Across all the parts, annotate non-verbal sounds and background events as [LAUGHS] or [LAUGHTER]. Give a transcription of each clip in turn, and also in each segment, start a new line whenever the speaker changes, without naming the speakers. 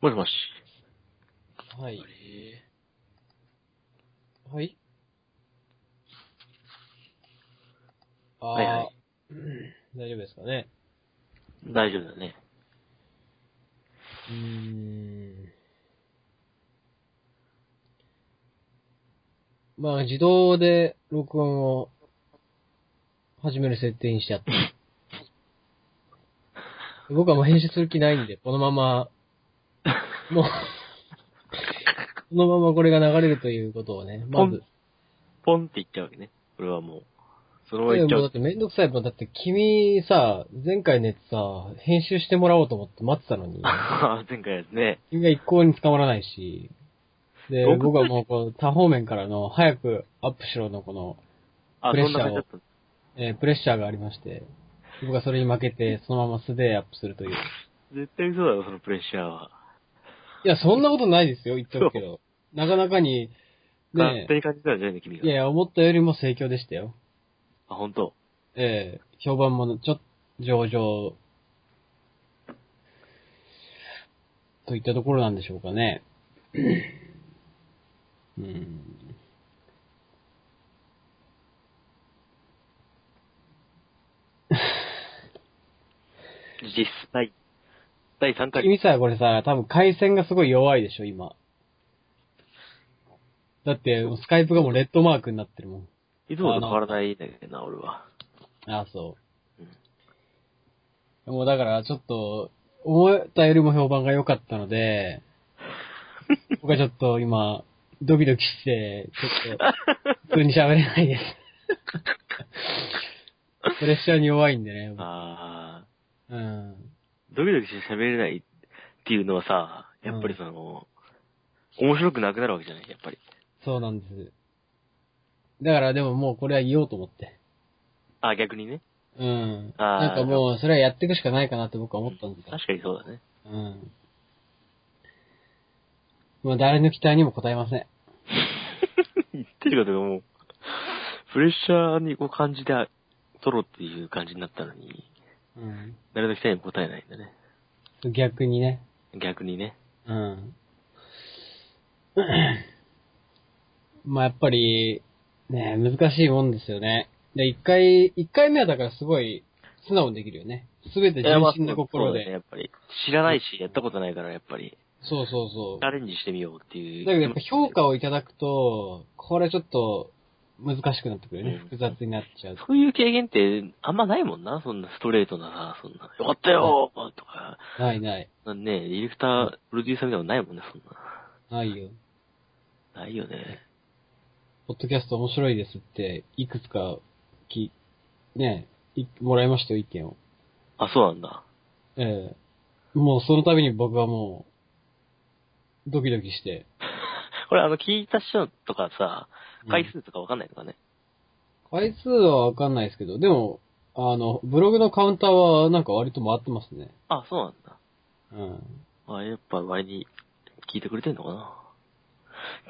もしもし。
はい。はい。ああ、
はいはい
うん大丈夫ですかね。
大丈夫だね。
うーん。まあ、自動で録音を始める設定にしちゃった。僕はもう編集する気ないんで、このまま、もう、このままこれが流れるということをね、まず。
ポンって言っちゃうわけね。これはもう。そのまま
い
言
や
っちゃ
もうだ
う、
っ。てめんどくさいもん。だって君さ、前回のやつさ、編集してもらおうと思って待ってたのに
[LAUGHS] 前回ですね。
君が一向に捕まらないし、で、
僕
僕はもうこう、多方面からの、早くアップしろのこの、
あ、
プ
そ
レッ
ん
シ
な
ャーを
感じだったの
えープレッシャーがありまして、僕がそれに負けて、そのまま素でアップするという。
絶対嘘だろ、そのプレッシャーは。
いや、そんなことないですよ、言っとくけど。なかなかに、
勝
ね
手に感じたんじゃないの、君
いやい
が。
や、思ったよりも盛況でしたよ。
あ、本当。
ええ評判もちょっと上々、といったところなんでしょうかね。うん。
実際。第3回。
君さ、これさ、多分回線がすごい弱いでしょ、今。だって、スカイプがもうレッドマークになってるもん。
いつもと変わらないんだけどな、俺は。
ああ、そう。もうだから、ちょっと、思ったよりも評判が良かった
[LAUGHS]
ので、僕はちょっと今、ドキドキして、ちょっと、普通に喋れな
[LAUGHS]
いです。プレッシャーに弱いんでね。
あ
うん。
ー、ドキドキして喋れないっていうのはさ、やっぱりその、面白くなくなるわけじゃない、やっぱり。
そうなんです。だからでももうこれは言おうと思って。
あ、逆にね。
うん。
あー
なんかもう、それはやっていくしかないかなって僕は思ったんですよ。
確かにそうだね。
うん。もう誰の期待にも応えません。
言ってることがもう、プレッシャーにこう感じて、取ろうっていう感じになったのに、
うん。
誰の期待にも応えないんだね。
逆にね。
逆にね。
うん。 [CLEARS THROAT] まあやっぱり、ね、難しいもんですよね。で、一回、一回目はだからすごい素直にできるよね。すべて純真な心
いやまあそうだね
で。
やっぱり。知らないし、やったことないから、やっぱり。
そうそうそ
チ
う。
ャ
だ
レンジしてみようっていう。
けどやっぱ評価をいただくと、これちょっと難しくなってくるよね
う。ん
複雑になっちゃう。
そういう経験って、あんまないもんな、そんなストレートなさ、そんな。よかったよーとか、
ないない。
ね、ディレクター、プロデューサーみたいなのないもんね、そんな。
ないよ。
ないよね。
ポッドキャスト面白いですって、いくつか、き、ね、いもらいましたよ、意見を。
あ、そうなんだ。
ええもうその度に僕はもう、ドキドキして。
これ、あの、聞いた人とかさ、
うん
回数とかわかんないのかね。
回数はわかんないですけど、でも、あの、ブログのカウンターはなんか割と回ってますね。
あ、そうなんだ。
うん。
あ、やっぱ、割に、聞いてくれてんのかな。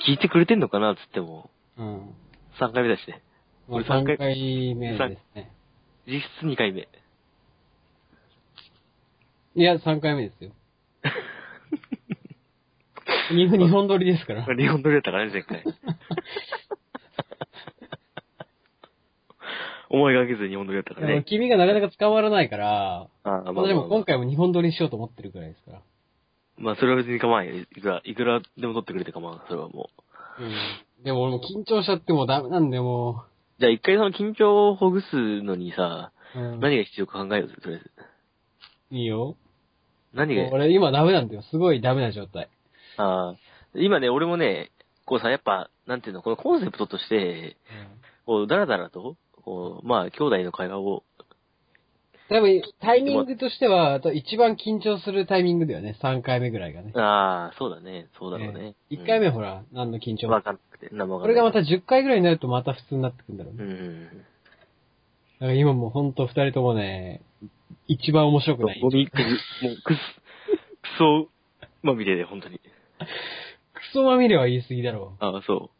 聞いてくれてんのかな、つっても、
うん。
3回目だしね。
まあ、
俺三回
3回目ですね。
実質2回目。
いや、3回目ですよ。 [LAUGHS] 日本日本撮りですから。
リオン取れたからね、前
[LAUGHS]
回。思いがけず日本撮りだったから
でも
ね。
君がなかなか捕まらないから、
あまあまあ
私も今回も日本撮りしようと思ってるくらいですから。
まあ、それは別に構わんよ。いくら、いくらでも撮ってくれて構わん。それはもう。
うん。でも俺も緊張しちゃってもうダメなんで、も
じゃあ一回その緊張をほぐすのにさ、
う。うん、
何が必要か考えようぜ、とりあえず。
いいよ。
何
もう
が、
俺今ダメなんだよ。すごいダメな状態。
あー今ね、俺もね、こうさ、やっぱ、なんていうの、このコンセプトとして、こう、だらだらと、こう、まあ、兄弟の会話を、
多分、タイミングとしては、あと一番緊張するタイミングだよね。3回目ぐらいがね。
ああ、そうだね、そうだろうね。
ええ1回目
は、
ほら、何の緊張
わ
も。
かんなくて、なんもわ
こ
かん
れ
な
が
い
また10回ぐらいになるとまた普通になってくんだろう
う
ね。
ん。
だから今もうほんと2人ともね、一番面白くない。
ゴ
ク
ミ、クズ、もうクズ、クソ、まみれで、本当に。
ソまみれは言い過ぎだろ
ああ、そ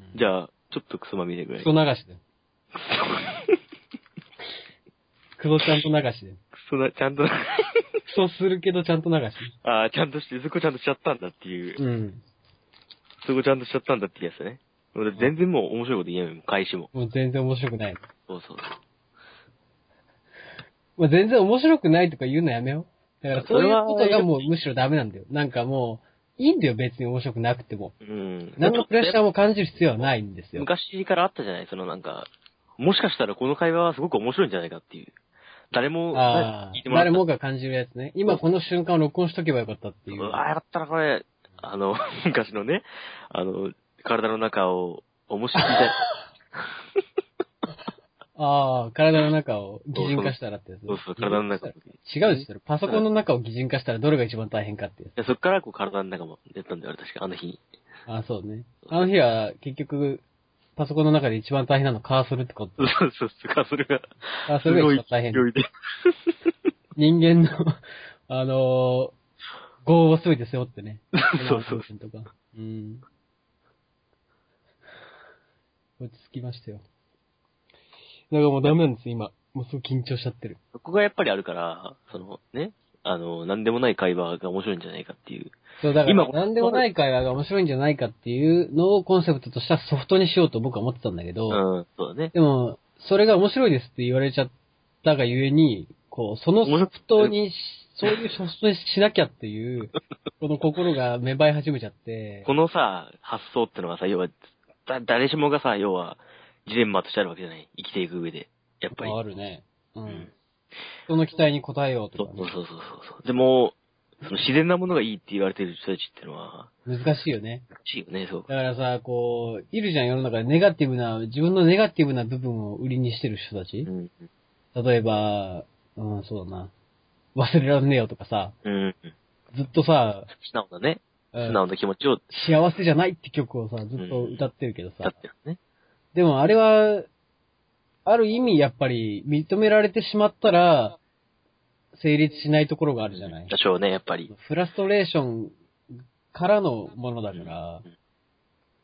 うう。。じゃあ、ちょっとクソまみれぐ [LAUGHS] らい。
クソ流しだよ。クソちゃんと流しで。
クそんな、ちゃんと、
そうするけどちゃんと流し。
ああ、ちゃんとして、ずっこちゃんとしちゃったんだっていう
う、ん。
ずっこちゃんとしちゃったんだっていうやつね。俺全然もう面白いこと言えないもん、返しも。
もう全然面白くない。
そうそう。
まあ、全然面白くないとか言うのやめよう。だからそういうこと
それ
が
は
もうむしろダメなんだよ。なんかもう、いいんだよ別に面白くなくても。
うん。
何のプレッシャー
も。
も感じる必要はないんですよ。
昔からあったじゃないそのなんか、もしかしたらこの会話はすごく面白いんじゃないかっていう。誰も、
ああ
聞いて、もらっ
誰
た
もが感じるやつね。今この瞬間を録音しとけばよかったっていう。
うわあ、やったらこれ、あの、 [LAUGHS] 昔のね、あの、体の中を面白いみたい
[LAUGHS]
な。
ああ、体の中を擬人化したらってやつ。
そうそう、体の中を
擬。人化したら違うでしょ。パソコンの中を擬人化したらどれが一番大変かってやつ。
でそっからこう体の中もやったんだよ、俺確か、あの日に。
ああ、そうね。あの日は結局、パソコンの中で一番大変なのカーソルってこと
そ。う [LAUGHS] そうそう、カーソルが。
カーソルが一番大変。
すごい勢いで。
人間の、 [LAUGHS] あのー、業をすべて背負って [LAUGHS] ね。
そうそう
とか。うん。落ち着きましたよ。だからもうダメなんですよ、今。もうすごい緊張しちゃってる。
そこがやっぱりあるから、そのね、あの、なんでもない会話が面白いんじゃないかっていう。
そう、だか
今
ら、なんでもない会話が面白いんじゃないかっていうのをコンセプトとしたソフトにしようと僕は思ってたんだけ
う
ど、
ん、そうだね。
でも、それが面白いですって言われちゃったがゆえに、こう、そのソフトにし、そういうソフトにしなきゃっていう、
[LAUGHS]
この心が芽生え始めちゃって、
このさ、発想ってのはさ、要は、だ誰しもがさ、要は、ジレンマとしてあるわけじゃない。生きていく上で。やっぱり。
あるね。う
うんん。
その期待に応えよう
そ
と
う
か
そう
ね。
そうそうそう。でも、その自然なものがいいって言われてる人たちってのは、
難しいよね。
難しいよね、そう
だ。からさ、こう、いるじゃん、世の中でネガティブな、自分のネガティブな部分を売りにしてる人たち
う。ん。
例えば、うん、そうだな。忘れらんねえよとかさ、
うん。
ずっとさ、
素直なね、
う
素
ん
直な気持ちを
幸せじゃないって曲をさ、ずっと歌ってるけどさ、
歌ってるね。
でもあれは、ある意味やっぱり認められてしまったら、成立しないところがあるじゃない
多。少ね、やっぱり。
フラストレーションからのものだから、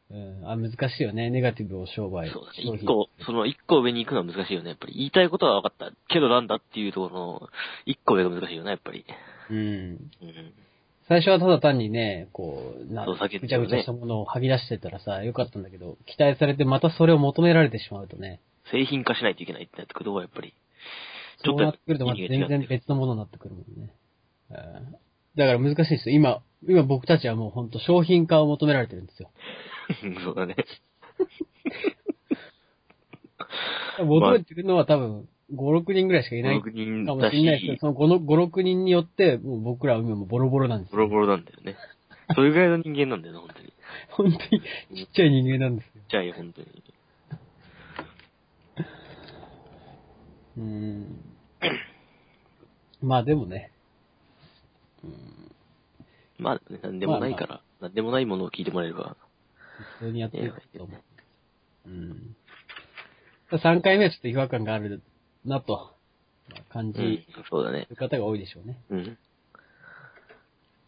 うん、あ難しいよね。ネガティブを商売。
そうだね。
商品
一個、その一個上に行くのは難しいよね、やっぱり。言いたいことは分かった。けどなんだっていうところの、一個上が難しいよね、やっぱり。
うん。
うん。
最初はただ単にね、こう、な
そう
ぐ
避けて
ちゃ
たね
ぐちゃしたものを吐き出してたらさ、よかったんだけど、期待されてまたそれを求められてしまうとね、
製品化しないといけないってなってくるところはやっぱり。ち
そ
ょ
う
っ
なって
と
くるとまた
意味
全
が違っ
然
てくる。
別のものになってくるもんね。うんだから難しいですよ。今、今僕たちはもうほんと商品化を求められてるんですよ。
そうだね。
求めてるのは多分5、6人ぐらいしかいない
5、6人
かも
だ
しれないですけど、
し、
その5、6人によって、もう僕らは今もうボロボロなんです
ボ
よ。
ロボロなんだよね。それぐらいの人間なんだよね、本当に。
本当にちっちゃい人間なんですよ。
じゃあいい、本当に。
うーん。まあでもね、
まあ、なんでもないから、なんでもないものを聞いてもらえれば。
普通にやっていくと思う。うん。3回目はちょっと違和感があるなと、まあ感じ
うん
る、
そうだね。
方が多いでしょうね。
うん。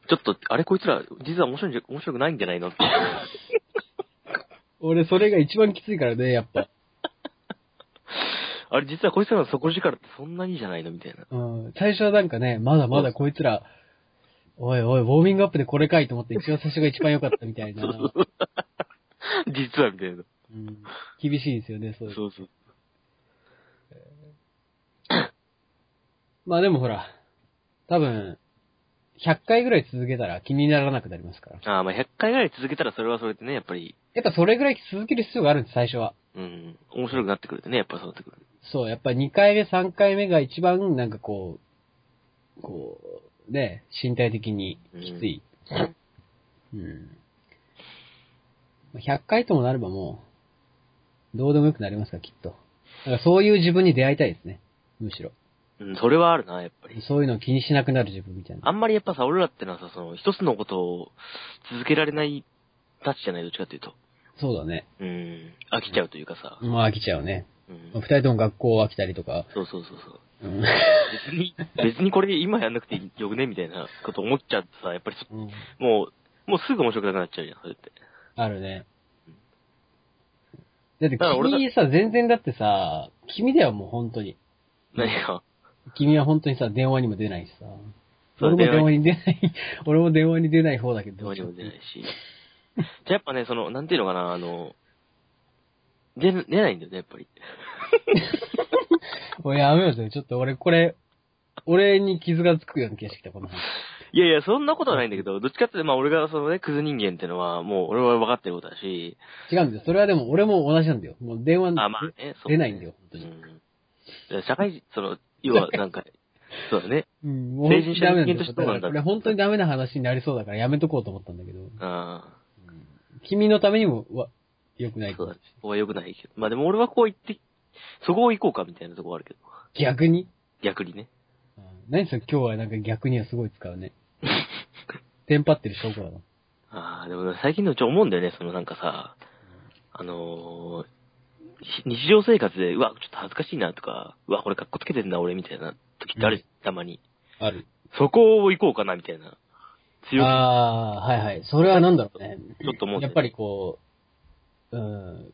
ちょっと、あれこいつら、実は面白いんじゃ、面白くないんじゃないのって。
俺、それが一番きついからね、やっぱ。
あれ、実はこいつらの底力ってそんなにじゃないのみたいな。
うん。最初はなんかね、まだまだこいつら、おいおい、ウォーミングアップでこれかいと思って、一番最初が一番良かったみたいな。
実はみたいな。
うん。厳しいですよね、そういう。
そうそう。
まあでもほら、多分、100回ぐらい続けたら気にならなくなりますから。
ああ、まあ100回ぐらい続けたらそれはそれでね、やっぱり、
やっぱそれぐらい続ける必要があるんです、最初は。
うん、面白くなってくるとね、やっぱりそうなってくる。
そう、やっぱ2回目、3回目が一番、なんかこう、こう、ね、身体的にきつい。うん。100回ともなればもう、どうでもよくなりますから、きっと。だからそういう自分に出会いたいですね。むしろ。
うん、それはあるな、やっぱり。
そういうのを気にしなくなる自分みたいな。
あんまりやっぱさ、俺らってのはさ、その、一つのことを続けられないたちじゃない、どっちかっていうと。
そうだね。
うん、飽きちゃうというかさ。
まあ飽きちゃうね。
うん
二、人とも学校飽きたりとか。
そうそうそうそう。
うん。
別に、別にこれ今やんなくてよくねみたいなこと思っちゃってさ、やっぱりそ
うん
もう、もうすぐ面白くなくなっちゃうじゃん、それって。
あるね。だって
だから俺た
君さ、全然だってさ、君だよもう本当に。
何が。
君は本当にさ、電話にも出ないしさ。
そう
俺も電
電
話
話
に出ない、俺も電話に出ない方だけど。
どうにも出ないし。じゃあやっぱね、その、なんていうのかな、あの、出る、出ないんだよね、やっぱり。
おいやめようぜ。ちょっと俺、これ、俺に傷がつくような気がしてきた、この話。
いやいや、そんなことはないんだけど、どっちかっていうと、まあ俺がそのね、クズ人間ってのは、もう俺は分かってることだし、
違うんだよ。それはでも俺も同じなんだよ。もう電話
あ、まあね、そう、
出ないんだよ、本
う
当に。
ん。社会人、その、要はなん
[LAUGHS]
か、そうだね。
うん、もう
成人した
ダメなんだ
人間と
よ。
して
だ
どう
か
なん
ら
だ
これ本当にダメな話になりそうだからやめとこうと思ったんだけど。
あ
君のためにも、わ、良くな
あ
い、か
そう
も
だね。ここは良くないけど。まあでも俺はこう言って、そこを行こうかみたいなとこあるけど。
逆に
逆にね。
うん何それ今日はなんか逆にはすごい使
[LAUGHS]
うね。テンパってる証拠だな。
ああ、でもね最近のうち思うんだよね、そのなんかさ、あのーひ日常生活で、うわ、ちょっと恥ずかしいなとか、うわ、これ格好つけてんな、俺みたいな時ってある、たまに。
ある。
そこを行こうかな、みたいな。強く、
ああ、はいはい。それはなんだろうね。
ちょっと思うんだよね
やっぱりこう、うん。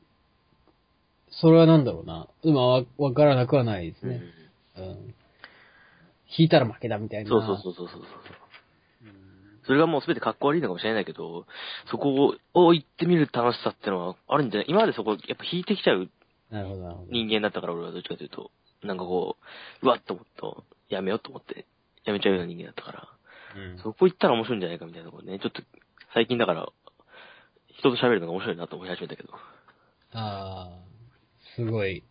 それはなんだろうな。今わ、わからなくはないです
う
ね。
ん
うん。引いたら負けだみたいな。
そうそうそうそうそうそう。それがもうすべて格好悪いのかもしれないけど、そこを行ってみる楽しさってのはあるんじゃない今までそこ、やっぱ引いてきちゃう
なるほど、なるほど。
人間だったから俺はどっちかというと、なんかこう、うわっと思った、やめようと思って、やめちゃうような人間だったから、
うん
そこ行ったら面白いんじゃないかみたいなところね、ちょっと、最近だから、人と喋るのが面白いなと思い始めたけど。
ああ、すごい、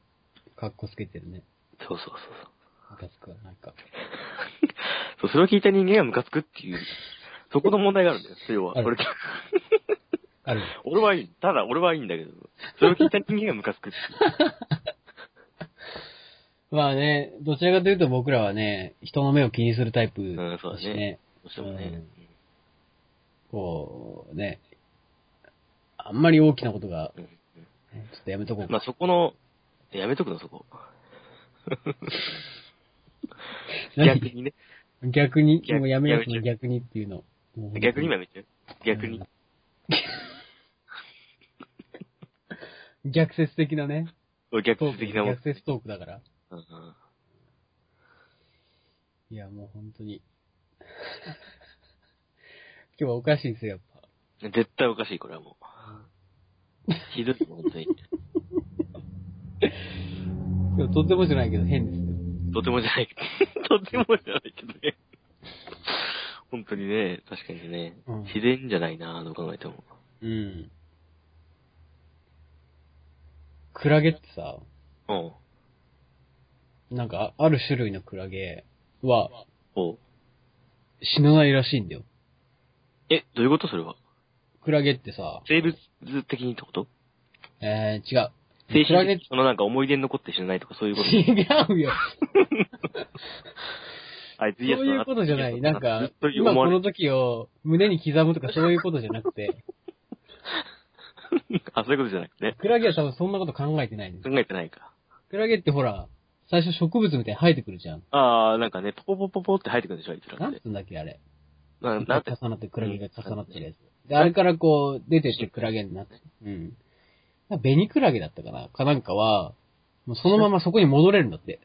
格好つけてるね。
そうそうそうそう。
ムカつくわ、なんか。
そう、それを聞いた人間がムカつくっていう、そこの問題があるんだよ、要は。
ある
これ
ある。
俺はいい。ただ、俺はいいんだけど。それを聞いた人間がムカつくっていう。
まあね、どちらかというと僕らはね、人の目を気にするタイプ
んそう
だ
だ
し
ね
ね。
どうしてもね。
こう、ね、あんまり大きなことが、
うん
ちょっとやめとこうか。
まあ、そこの、やめとくの、そこ。
何
逆にね。
[LAUGHS] 逆に、
逆
もうやめよう
やめちゃう
逆にっていうの。もう
逆に今やめちゃう。逆に。
逆説的なね。
逆説的なもん。
逆説トークだから。
うんうん
いや、もう本当に。 [LAUGHS] 今日はおかしいですよ、やっぱ。
絶対おかしい、これはもう。ひどい、本当に。
今日とてもじゃないけど変ですよ。
とてもじゃない。 [LAUGHS] とてもじゃないけどね。本当にね、確かにね
うん。
自然じゃないな、どう考えても。
うん。クラゲってさ、
うん。
なんかある種類のクラゲは
おう
死なないらしいんだよ。
え、どういうことそれは。
クラゲってさ、
生物的にってこと
えー、違う。
精
クラ
神
ゲ
的にそのなんか思い出に残って死なないとかそう
[LAUGHS]
いうこと。
違うよ。
あいつ
そう
いいやつだ
いうことじゃない。なん
ず
か
っと、思
今こ
われ
の時を胸に刻むとかそういうことじゃな
[LAUGHS]
くて、
る [LAUGHS] あ、そういうことじゃなくてね。
クラゲは多分そんなこと考えてないんです。
考えてないか。
クラゲってほら、最初植物みたいに生えてくるじゃん。
ああ、なんかね、ポポポポポって入ってくるでしょ、あいつら
な
っ
ん
て。
つうんだっけ、あれ。
な
重
なんて、
なって、クラゲが重なってるやつ。で、あれからこう、出てってクラゲになって。うん。ベニクラゲだったかなかなんかは、もうそのままそこに戻れるんだって。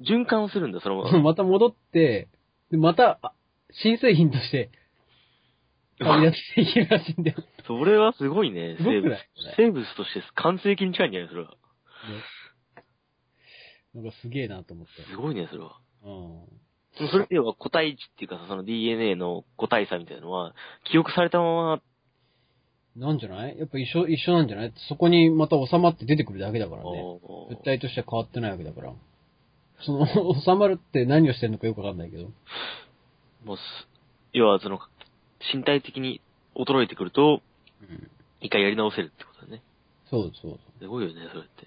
循環をするんだ、
[LAUGHS]
その
また戻って、で、また、あ新製品として、旅立っていけるらしい
[LAUGHS]
んだよ。
それはすごいね、
すご
生
く
物
ない。
生物として完成形に近いんじゃないそれは。
なんかすげえなと思って。
すごいね、それは。
う
でもそれって要は個体値っていうかさ、その DNA の個体差みたいなのは、記憶されたまま、
ん。なんじゃないやっぱ一緒、一緒なんじゃないそこにまた収まって出てくるだけだからね。
おー
物体としては変わってないわけだから。その、 [LAUGHS] 収まるって何をしてるのかよくわかんないけど。
もうす、要はその、身体的に衰えてくると、
うん。
一回やり直せるってことだね。
そうそう
すごいよね、それって。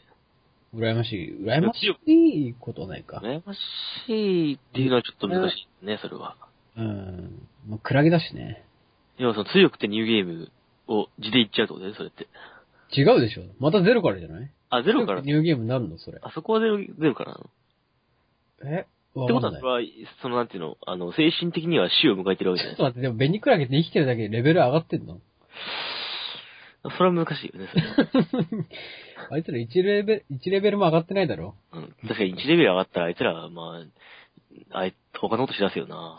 そう。羨ましい。羨ましいことはないか。
羨ましいっていうのはちょっと難しいね、それは。
うん。まあ、クラゲだしね。
要はその強くてニューゲームを地でいっちゃうってことだよね、それって。
違うでしょ。またゼロからじゃない
あ、ゼロから、
ニューゲームになるのそれ。
あそこはゼロ、ゼロからなの。
え
っ
わ
てこ
かん
とは、
ない
それ。は、そのなんていうの、あの、精神的には死を迎えてるわけじゃな
ちょっ
い
と待って、でもベニクラゲって生きてるだけでレベル上がってんの
それは難しいよね、それは。
あいつら1レベル、一レベルも上がってないだろ。
うん。確かに1レベル上がったらあいつら、まあ、あい、他のことしだすよな。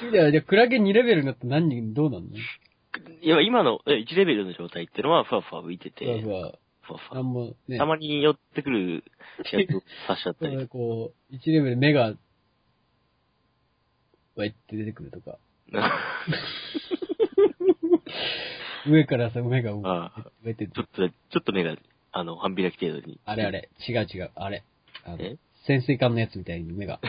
そういう意味ではじゃあ、クラゲ2レベルになったら何人、どうなんの
いや、今の、え1レベルの状態ってのは、ふわふわ浮いてて、
ふわ
ふわ
ふ
ふ
わ。な
わ。
んもね。
たまに寄ってくる試合を刺しちゃった
それ [LAUGHS] で
り。
こう、1レベル目が、わいって出てくるとか。上からさ、目が、わ
ああ
いって出て
ち
く
ょ
る
っと、ちょっと目が、あの、半開き程度に。
あれあれ、違う違う、あれ。あの
え
潜水艦のやつみたいに目が。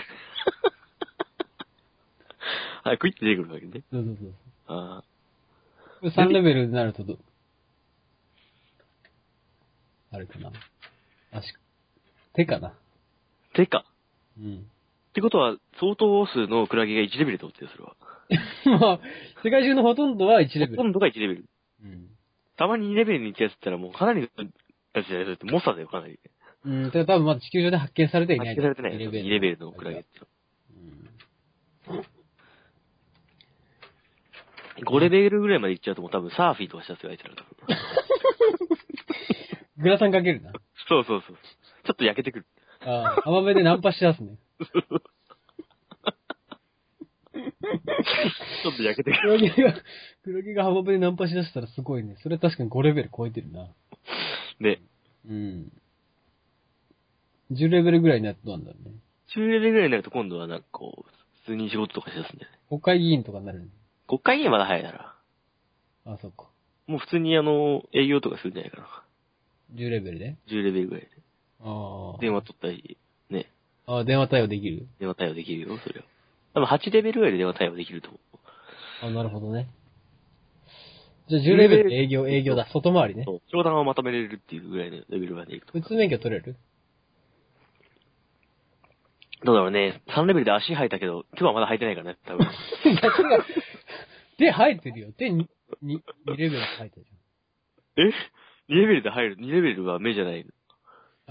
はい、クイッて出てくるわけね。
そうそうそう。
あ
これ3レベルになるとど、あれかな。足、手かな。
あ。てか。
うん。
ってことは、相当数のクラゲが1レベルってことですよ、それは。
[LAUGHS] まあ、世界中のほとんどは1レベ
ほと
ル。
んどが1レベル。
うん。
たまに2レベルに行ったやつって言ったらもうかなりのやつじゃないですか。猛者だよ、かなり。
うん、ただ多分まだ地球上で発見されてはいな
発見
い。
されてない。2レベルのクラゲってのは。5レベルぐらいまで行っちゃうともう多分サーフィーとかしたやつがいてる。
[LAUGHS] グラサンかけるな。
そうそうそう。ちょっと焼けてくる。
ああ、浜辺でナンパしだすね。
ちょっと焼けてくる。
黒毛が、 [LAUGHS] 黒毛が浜辺でナンパしだしたらすごいね。それは確かに5レベル超えてるな。
で、
うん。10レベルぐらいになってどうなんだろうね。
中レベルぐらいになると今度はなんかこう、普通に仕事とかしだすんだよね。
国会議員とかになるね。
国会議員はまだ早いなら。
あ、そっか。
もう普通にあの、営業とかするんじゃないかな。
10レベルで。
10レベルぐらいで。
ああ。
電話取ったり、ね、
ああ、電話対応できる。
電話対応できるよ、それは。多分8レベルぐらいで電話対応できると思う。
あなるほどね。じゃあ10レベルで営業、営業だ。外回りね
そ。う商談をまとめれるっていうぐらいのレベルまでいくと。
普通免許取れる [LAUGHS]
どうだろうね。3レベルで足履いたけど、今日はまだ履いてないからね、
[LAUGHS]
多分。
手生えてるよ。手に、に、2レベル生えてるじ
え ?2 レベルで入る。2レベルは目じゃない。
ゃん。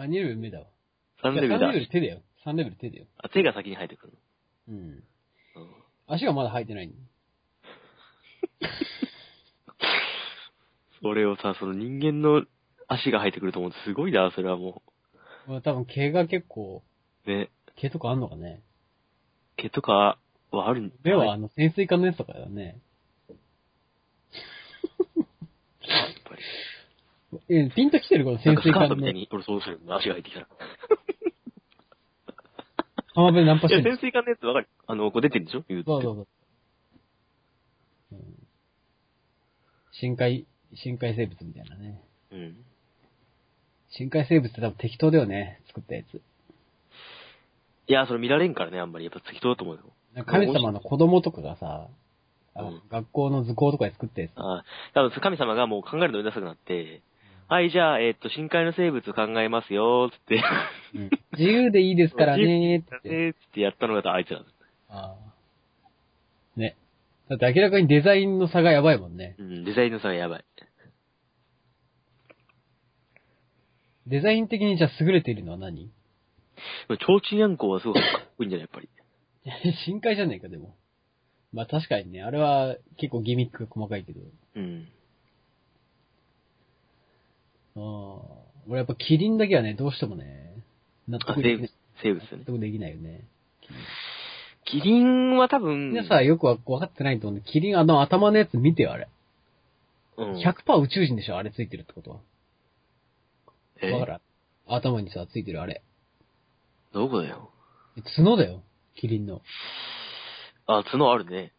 あ、2レベル目だわ。
3レベル
いや3レベ
で
ル手だよ。3レベル手だよ。
あ手が先に入ってくる
うん。
の。うん
足がまだ生えてない。
それをさ、その人間の足が入ってくると思うとすごいな、それはも
まあ多分毛が結構、
う。ね。
毛とかあんのかね。
毛とかはあるん
目はあの潜水艦のやつとかだね。
やっぱり。
え、ピンと来てるこの
なん
潜
かス
水
カ
艦
ートみた
の
いに、俺そうするの足が入ってきたら。
浜辺でナンパ
い
して
や、
る
潜水艦のやつわかるあの、こう出てるでしょ言う
そうそ
と。
うそう。うん深海、深海生物みたいなね。
うん。
深海生物って多分適当だよね、作ったやつ。
いや、それ見られんからね、あんまり。やっぱ適当だと思うよ。
なんか神様の子供とかがさ、あ
うん
学校の図工とかで作ったやつ。
ああ、多分神様がもう考えるのなさくなって、はい、じゃあ、えっと、深海の生物考えますよ、つって。
うん自由でいいですからねーって。
えー、つってやったのがあいつらなんだ。
あーね。だって明らかにデザインの差がやばいもんね。
うん、デザインの差がやばい。
デザイン的にじゃあ優れているのは何 [LAUGHS]
でも提灯やんこはすごくかっこいいんじゃないやっぱり。
深海じゃねえか、でも。まあ確かにね、あれは結構ギミックが細かいけど。
うん。
ああ。俺やっぱキリンだけはね、どうしてもね、納
あ、
得で
生
き
物
ない。、
生物だ
納
ね。
得できないよね。
キリンは多分、
みんなさ、よくわ分かってないと思うんで、キリンあの頭のやつ見てよ、あれ。
うん、
100%宇宙人でしょ、あれついてるってことは。
え
わかる頭にさ、ついてるあれ。
どこだよ。
角だよ。キリンの。
あ、角あるね。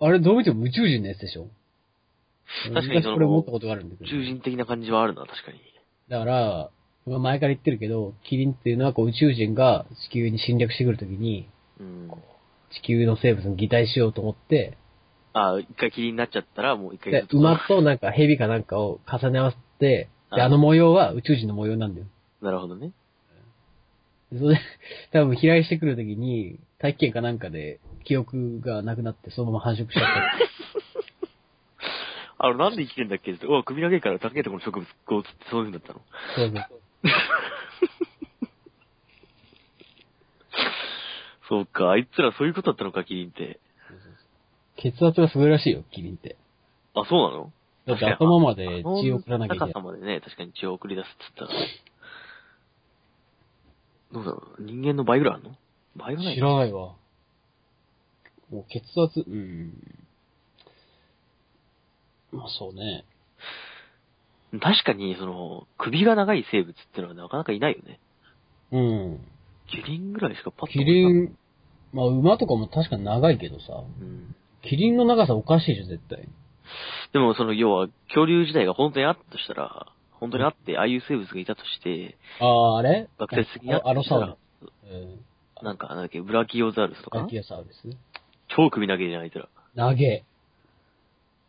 あれどう見ても宇宙人のやつでしょ
確かにその
昔これ思ったことがあるんだけ
宇
ど。
宙人的な感じはあるな、確かに。
だから、僕は前から言ってるけど、キリンっていうのはこう宇宙人が地球に侵略してくるときに、
うん。
地球の生物に擬態しようと思って、
あ、一回キリンになっちゃったら、もう一回
で、馬となんか蛇かなんかを重ね合わせて、で、
あ
あの模様は宇宙人の模様なんだよ。
なるほどね。
でそれで、 [LAUGHS] 多分飛来してくるときに、大気圏かなんかで記憶がなくなって、そのまま繁殖しちゃった。
あの、なんで生きてんだっけって、うわ、首長いから、だけでこの植物、こう、つってそういう風になった
[LAUGHS]
の。
そうそう。
そうか、あいつらそういうことだったのか、キリンって。
血圧がすごいらしいよ、キリンって。
あ、そうなの
だっ
確
て
かに
頭まで血を送らなきゃいけ
高
な
さ
い。
までね、確かに血を送り出すっつったら。どうだろう人間の倍ぐらいあるの倍ぐらい
知らないわ。もう血圧、うん。まあそうね。
確かに、その、首が長い生物ってのはなかなかいないよね。
うん。
キリンぐらいしかパッと
キリン、まあ馬とかも確かに長いけどさ。
うん。
キリンの長さおかしいじゃん、絶対。
でも、その、要は、恐竜自体が本当にあったとしたら、本当にあって、ああいう生物がいたとして、
ああ、あれ
学生的にあっ
あ
た
ア
と
ロ
した
サウ
ら
ル、ス。うん。
なんか、なんだっけ、ブラキオザウルスと
ガ
か
キアサウルス。
超首投げじゃないあいたら。
長え。
ね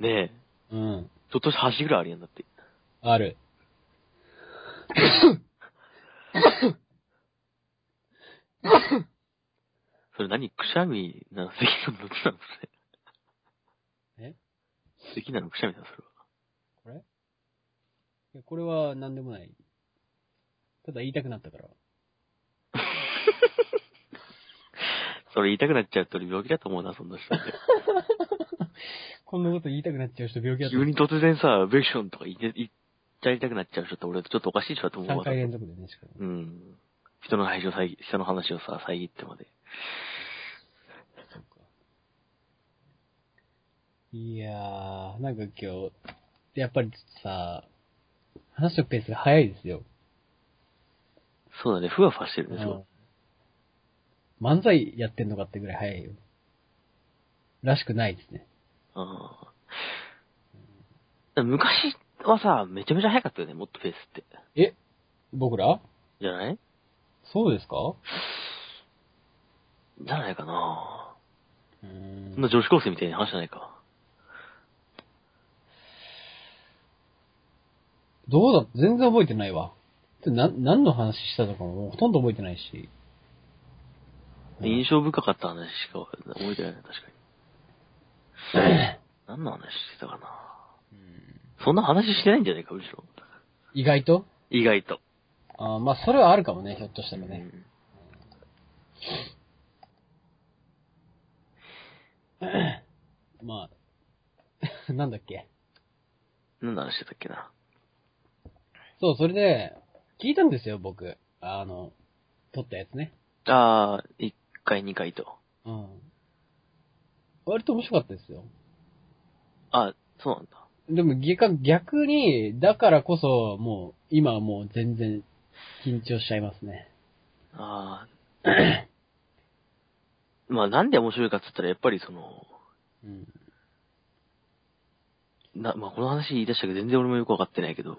え。
うん。
ちょっとした橋ぐらいあるやんだって。
ある。
それ何くしゃみなの咳なのどっちなのそれ。
え
咳なのくしゃみなのそれは。
これいやこれは何でもない。ただ言いたくなったから。
それ言いたくなっちゃうと俺病気だと思うな、そんな人って。
こんなこと言いたくなっちゃう人病気だと
急に突然さ、ベクションとか言って言っちゃいたくなっちゃう人って俺ちょっとおかしい人だと思う
3
わ。
回連続でね、しかも。
うん。人の話を遮、人の話をさ、遮ってまで。
そうか。いやー、なんか今日、やっぱりちょっとさ、話のペースが早いですよ。
そうだね、ふわふわしてるね、すごい。
うん漫才やってんのかってぐらい早いよ。らしくないですね。
ああ。昔はさ、めちゃめちゃ早かったよね、もっとペースって。
え僕ら
じゃない
そうですか
じゃないかな
うー。
そんなん女子高生みたいな話じゃないか。
どうだ全然覚えてないわ。な、何の話したとかももうほとんど覚えてないし。うん
印象深かった話しか覚えてないね、確かに。何の話してたかなそんな話してないんじゃないか、むしろ。
意外と
意外と。
あーまあ、それはあるかもね、ひょっとしたらね。まあ、 [LAUGHS] なんだっけ。
うん何の話してたっけな。
そう、それで、聞いたんですよ、僕。あの、撮ったやつね。
あー、1回、2回と。
うん。割と面白かったですよ。
あ、そうなんだ。
でも逆、逆に、だからこそ、もう、今はもう全然、緊張しちゃいますね。
あー。 [CLEARS THROAT] まあ、なんで面白いかっつったら、やっぱりその、
うん。
な、まあ、この話言い出したけど、全然俺もよくわかってないけど、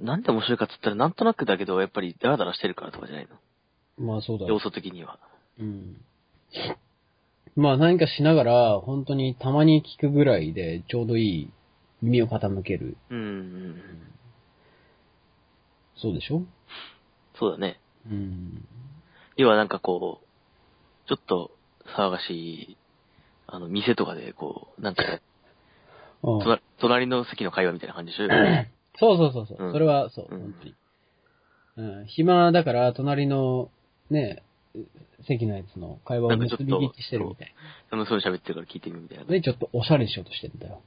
なんで面白いかっつったら、なんとなくだけど、やっぱりダラダラしてるからとかじゃないの。
まあ、そうだろう
要素的には。
うん。まあ何かしながら、本当にたまに聞くぐらいでちょうどいい耳を傾ける。
うんうんうん。
そうでしょ
そうだね。
うん。
要はなんかこう、ちょっと騒がしい、あの、店とかでこう、なんか、
うん
隣隣の席の会話みたいな感じでしょ
そうそうそうそう、
うん
それはそう、
うん
本当に。うん。暇だから、隣の、ね、席のやつの会話を結び聞きしてるみたい
楽しそうに喋ってるから聞いてみるみたいな
な。。で、ちょっとおしゃれしようとしてんだよ。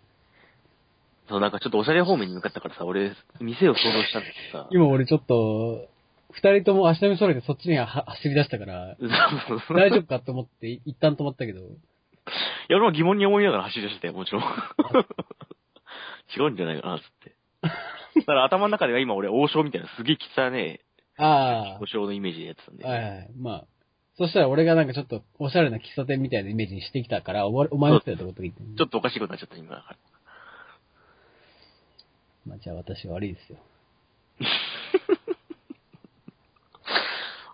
そう、なんかちょっとおしゃれ方面に向かったからさ、俺、店を想像したんだけどさ。
今俺ちょっと、二人とも足並み揃えてそっちにはは走り出したから、
[LAUGHS] そうそうそう
大丈夫かと思って一旦止まったけど、
いや、俺も疑問に思いながら走り出してたよ、もちろん。 [LAUGHS] 違うんじゃないかな、つって。だから頭の中では今俺、王将みたいなすげえ汚ねえ
ああ
王、将のイメージでやってたんで。
はいはい。まあ。そしたら俺がなんかちょっとおしゃれな喫茶店みたいなイメージにしてきたから、おわお前も来たよってこと言って。
ちょっとおかしいことになっちゃった、今だから。
まあじゃあ私は悪いですよ。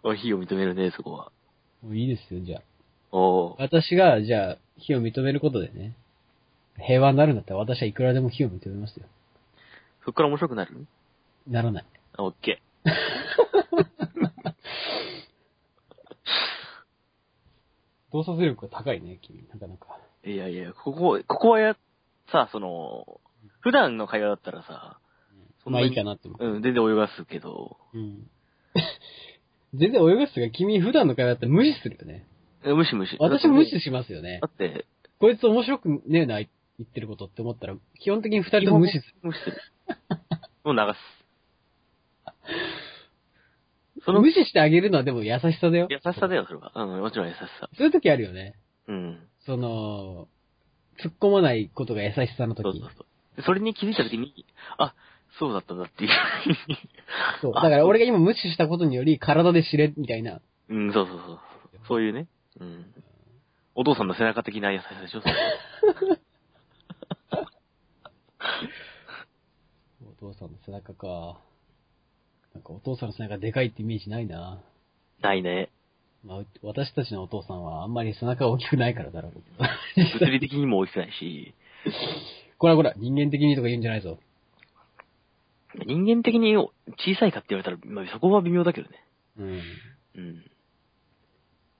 おい、非を認めるね、そこは。
もういいですよ、じゃあ。
おー
私が、じゃあ、非を認めることでね、平和になるんだったら私はいくらでも非を認めますよ。
そっから面白くなる
ならない。
あオッケ
洞察力が高いね、君。なかなか。
ー。いやいや、ここ、ここはや、さ、その、普段の会話だったらさ、そん
ま
な
あ
に
いいかなって思う。
うん、全然泳がすけど、
うん。 [LAUGHS] 全然泳がすが、君普段の会話だったら無視するよね。
え無視無視。
私無
だって
視しますよね
だ。って、
こいつ面白くねえな、い言ってることって思ったら、基本的に二人とも無視する。
無視する。もう流す。その
無視してあげるのはでも優しさだよ。
優しさだよ、それは。うん、もちろん優しさ。
そういう時あるよね。
うん。
その、突っ込まないことが優しさの
そう
時。
そうそう。それに気づいたときに、あ、そうだったんだっていう。 [LAUGHS]
そう。だから俺が今無視したことにより、体で知れ、みたいな。
うん、そうそうそう。そういうね。うん。お父さんの背中的な優しさでしょそれ
お父さんの背中か。なんかお父さんの背中でかいってイメージないな。
ないね。
まあ、う私たちのお父さんはあんまり背中大きくないからだろうけ [LAUGHS] ど。
物理的にも大きくないし、
こらこら、人間的にとか言うんじゃないぞ。
人間的に小さいかって言われたら、まあ、そこは微妙だけどね。
うん。
うん。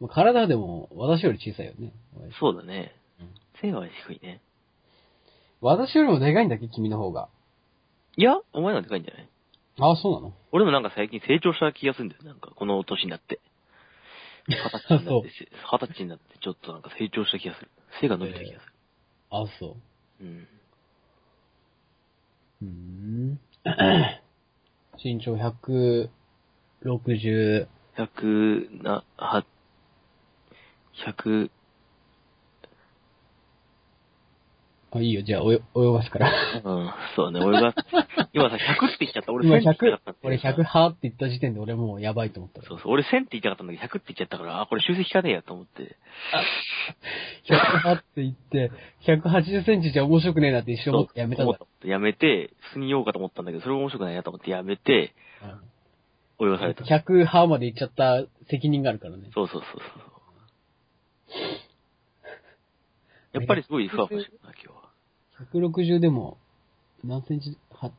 まあ、体はでも、私より小さいよね。
そうだね
うん。
背は低いね。
私よりもでかいんだっけ君の方が。
いや、お前の方がでかいんじゃない
ああ、そうなの
俺もなんか最近成長した気がするんだよ。なんか、この年になって。二十歳にな
[LAUGHS]
って、二十歳になってちょっとなんか成長した気がする。背が伸びた気がす
ああ、そう。
る。うん。
うーん [CLEARS THROAT] 身長160、
百、な、は、百、
あ、いいよ、じゃあ、およ泳がすから。
うん、そうね、俺
[LAUGHS]
が、今さ、100って言っちゃった。俺
今
1000って言っ
100
ちゃった、
俺100はーって言った時点で俺もうやばいと思った
そうそう、俺1000って言いたかったんだけど、100って言っちゃったから、あ、これ修正聞かねえやと思って。
100はーって言って、180センチじゃ面白くねえなって一生思ってやめたんだ
そ。うやめて、普通に言おうかと思ったんだけど、それも面白くないなと思ってやめて、
うん
泳がされた。そう
100はーまで行っちゃった責任があるからね。
そうそうそう。やっぱりすごいふわふわしてるな、今
160でも、何センチ、は、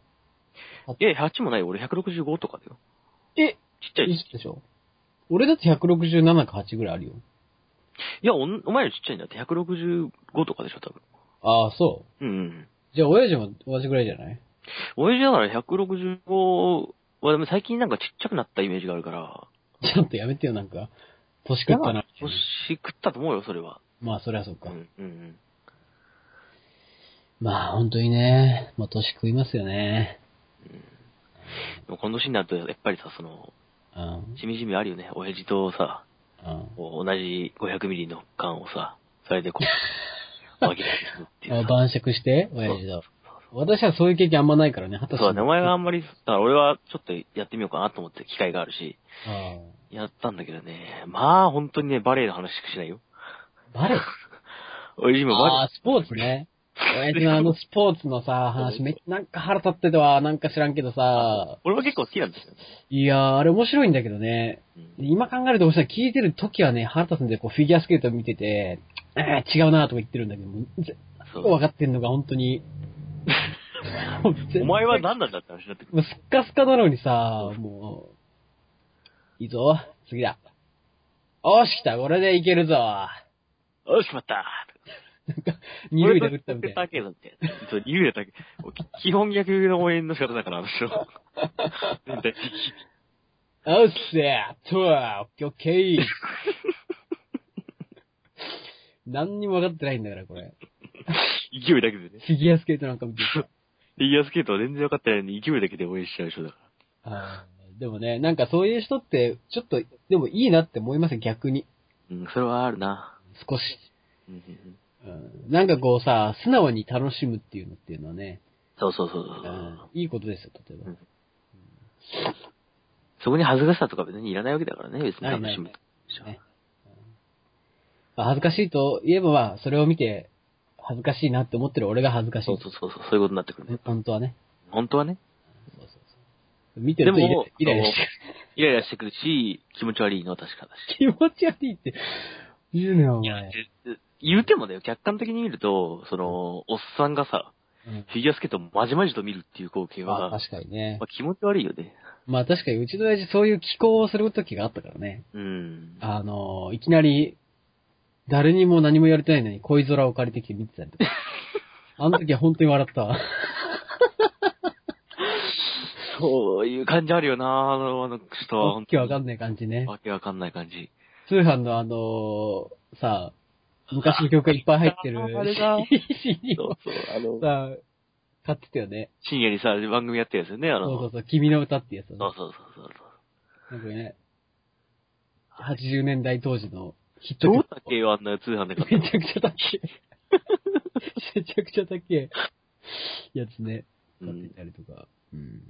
日は。いや、8もないよ。俺165とかだよ。ち
え
っちゃい。い
いでしょ俺だって167か8ぐらいあるよ。
や、おんお前よりちっちゃいんだって。165とかでしょ、多分。
ああ、そ
うんうん。
う。じゃあ、親父も同じぐらいじゃない
親父だから165は、でも最近なんかちっちゃくなったイメージがあるから、
[LAUGHS] ちょっとやめてよ、なんか。年食ったな。
年食ったと思うよ、それは。
まあ、そりゃそう
う
か。
ん、うんうん。
まあ、本当にね。まあ、年食いますよね。
でもこの年になると、やっぱりさ、その、
うん。
しみじみあるよね。親父とさ、
うん。
こう同じ500ミリの缶をさ、それでこ [LAUGHS] う、分けてするってい
あ
うさ。
晩酌して、親父だ。私はそういう経験あんまないからね、二十歳。
そうだね、お前があんまり、だから俺はちょっとやってみようかなと思って機会があるし、
うん。
やったんだけどね、まあ本当にね、バレエの話しかしないよ。
バレエ
親父今バレエ
ああ、スポーツね。親父のあ
[LAUGHS]
のスポーツのさ、話めっなんか腹立ってたわ、なんか知らんけどさ。
俺は結構好きなんですよ。
いやー、あれ面白いんだけどね。
うん
今考えると、俺さ、聞いてる時はね、腹立つんで、こう、フィギュアスケート見てて、えー違うなーとか言ってるんだけど、もうぜ
そう
分かってんのが本当に。もう
[LAUGHS]
全
お前は何なんだって話になってくる。
もうすっかすかなのにさ、もう、いいぞ、次だ。おし、来た、これでいけるぞ。
おしまった
二塁で打ったみたい
俺と言
な。
ってたけどみたいな。そう、二塁だけ。基本野球の応援の仕方だから、あの人。全体的に
おっせー、とは、オッケーオッケー。何にも分かってないんだから、これ。
勢いだけでね。
フィギュアスケートなんか見てる
[LAUGHS] フィギュアスケートは全然分かってないのに、勢いだけで応援しちゃう人だか
あーでもね、なんかそういう人って、ちょっと、でもいいなって思いますよ、逆に。
ら。うん、それはあるな。
少し。
うんうんうん
うん、なんかこうさ、素直に楽しむっていうのっていうのはね、
そうそうそう
う
そ
ん
う。
いいことですよ、例えば。
うんそこに恥ずかしさとか別にいらないわけだからね、別に
ない
楽
ない
しむと。
ねまあ恥ずかしいと言えば、まあ、それを見て、恥ずかしいなって思ってる俺が恥ずかしい。
そうそうそうそう、そういうことになってくるね。
本当はね。
本当はね。
そうそうそう見てるとイ
でも
ライライライラしてる
イライラしてくるし、気持ち悪いのは確かだし。
[LAUGHS] 気持ち悪いって。言うなよ、お前。
で言うてもだよ、客観的に見ると、その、おっさんがさ、
うん
フィギュアスケートをまじまじと見るっていう光景
ま
は、
あ、確かにね
ま。あ気持ち悪いよね。
まあ確かに、うちの親父そういう気候をする時があったからね。
うん。
あの、いきなり、誰にも何も言われてないのに恋空を借りてきて見てた
[LAUGHS]
りとか。あの時は本当に笑ったわ。
そういう感じあるよなあの、あの人は。
わけわか
ん
[LAUGHS] んない感じね。
わけわかんない感じ。
通販のあのーさ、昔の曲がいっぱい入って
[LAUGHS]
る
あれだ
CD
そう
を
そう、あの、
さ、買ってたよね。
深夜にさ、番組やってるんですよね、あの、
そうそうそう、君の歌ってやつだね
そうそうそうそう
なんかね、80年代当時のヒット
どう
曲
だっけよ、あんな通販で買った
め
の
ちゃくちゃ高い。めちゃくちゃ高いやつね。
う
買 [LAUGHS] って
ん
たりとか。うん。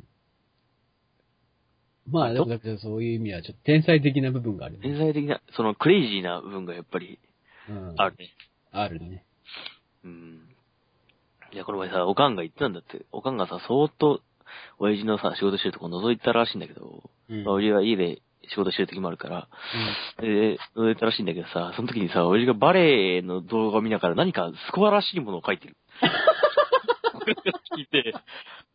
まあ、でもだからそういう意味は、ちょっと天才的な部分があるよ
天
ね。
才的な、そのクレイジーな部分がやっぱり
うん。
あるね。
あるね。
うん。いや、この前さ、おかんが言ってたんだって。おかんがさ、そーっと、親父のさ、仕事してるとこ覗いたらしいんだけど、
うん。
まあ、親父は家で仕事してる時もあるから、で、覗いたらしいんだけどさ、その時にさ、親父がバレエの動画を見ながら何かスコアらしいものを書いてる。聞いて、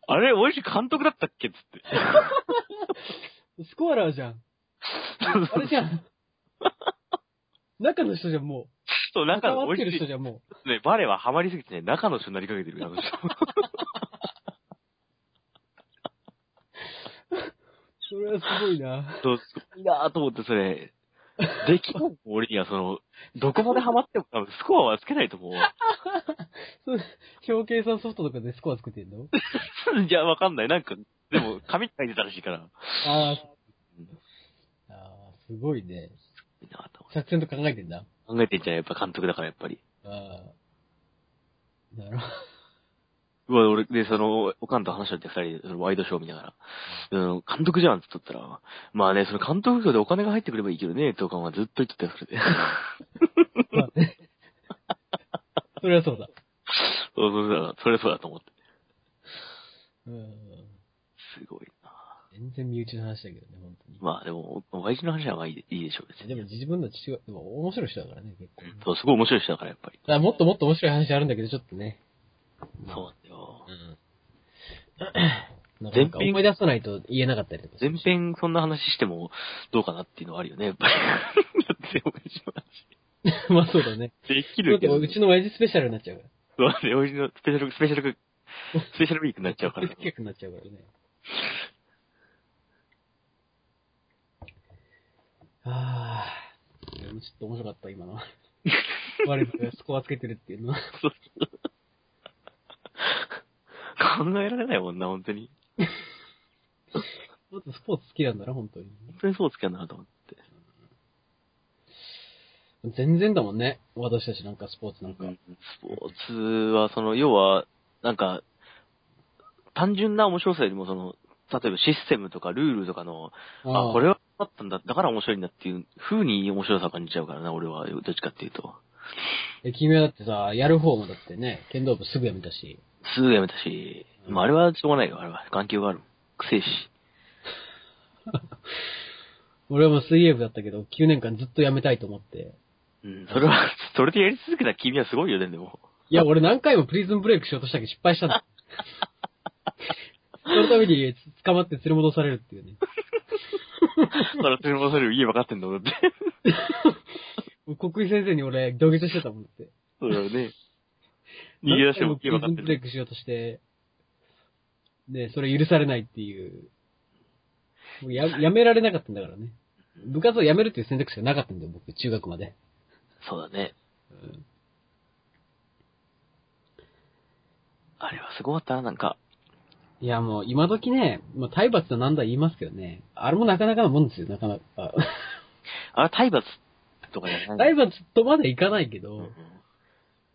あれ、親父監督だったっけっつって。
うんスコアラーじゃん。あれじゃん。中の人じゃん、も
そう、
う。
なんか
関わっ
親
てる
父
人、じゃん、もう。
ね、バレエはハマりすぎてね、中の人になりかけてるよあの人。
それはすごいな。
そう、すごいなぁと思って、それ。できない俺には、その、どこまでハマっても多分スコアはつけないと思う。
そう表計算ソフトとかでスコア作ってんの
じゃあわかんない。なんか、でも、紙に書いてたらしいから。
あー
うん
あー、すごいね。
いいなと思って
作戦と考えてんだ。
考えてんじゃないやっぱ監督だから、やっぱり。
ああ。なるほど。
うわ、俺、で、その、おかんと話し合って二人で、そのワイドショー見ながら、うん、監督じゃんって言ったら、まあね、その監督業でお金が入ってくればいいけどね、とかはずっと言ってたよ、それで。
まあね
[LAUGHS]
それはそうだ。
そうそうそう、それそうだと思って。
うん。
すごいな
全然身内の話だけどね、本当に。
まあでも、お親父の話はまあいいでいいでしょう、別に。
でも自分の父親、でも面白い人だからね、結構。だか
そう、すごい面白い人だから、やっぱり。
らもっともっと面白い話あるんだけど、ちょっとね。
そうなんだよ。
うん。なんかなんか
前編
思い出さないと言えなかったりとか。
全編そんな話してもどうかなっていうのはあるよね、やっぱり。 [LAUGHS] だって、親父の話。
まあそうだね。
でき
だ
る
って
けど。
うちの親父スペシャルになっちゃうから。
そうだね、親父のスペシャル、スペシャル、スペシャルウィークになっちゃうから。
結構になっちゃうからね。ああ。でもちょっと面白かった、今の。我々がスコアつけてるっていうのは。
そうそう考えられないもんな、本当に。
もっとスポーツ好きなんだな、本当に。
本当にそうつけんなと思って。
全然だもんね。私たちなんかスポーツなんか。
スポーツは、その、要は、なんか、単純な面白さよりも、その、例えばシステムとかルールとかの、あ、これ
は
はあったんだ、だから面白いんだっていう風に面白さを感じちゃうからな、俺は、どっちかっていうと。
え、君はだってさ、やる方もだってね、剣道部すぐやめたし。
すぐやめたし、まあ、あれはしょうがないよ、あれは。環境がある。くせえし。
俺はもう水泳部だったけど、9年間ずっとやめたいと思って。
うん、それは、 [LAUGHS] それでやり続けた君はすごいよね、で
[LAUGHS]
も。[LAUGHS]
いや、俺何回もプリズンブレイクしようとしたけど失敗したんだ。そのために捕まって連れ戻されるっていうね。
だから、連れ戻される家分かってんだもん、
[LAUGHS]
だって。
もう国井先生に俺、土下座してたもんだって。
そうだよね。逃げ出しても家分
何
か
回
ってん
プリズンブレ
だ
イクしようとして、ね、それ許されないっていう。もうや、やめられなかったんだからね。部活をやめるっていう選択肢がなかったんだよ、僕、中学まで。
そうだね。あれはすごかったな、なんか。
いや、もう、今時ね、まあ、体罰だなんだ言いますけどね。あれもなかなかなもんですよ、なかなか。
あれは体罰とかじゃない。
体罰とまでいかないけ
うんう
ど
ん、
うん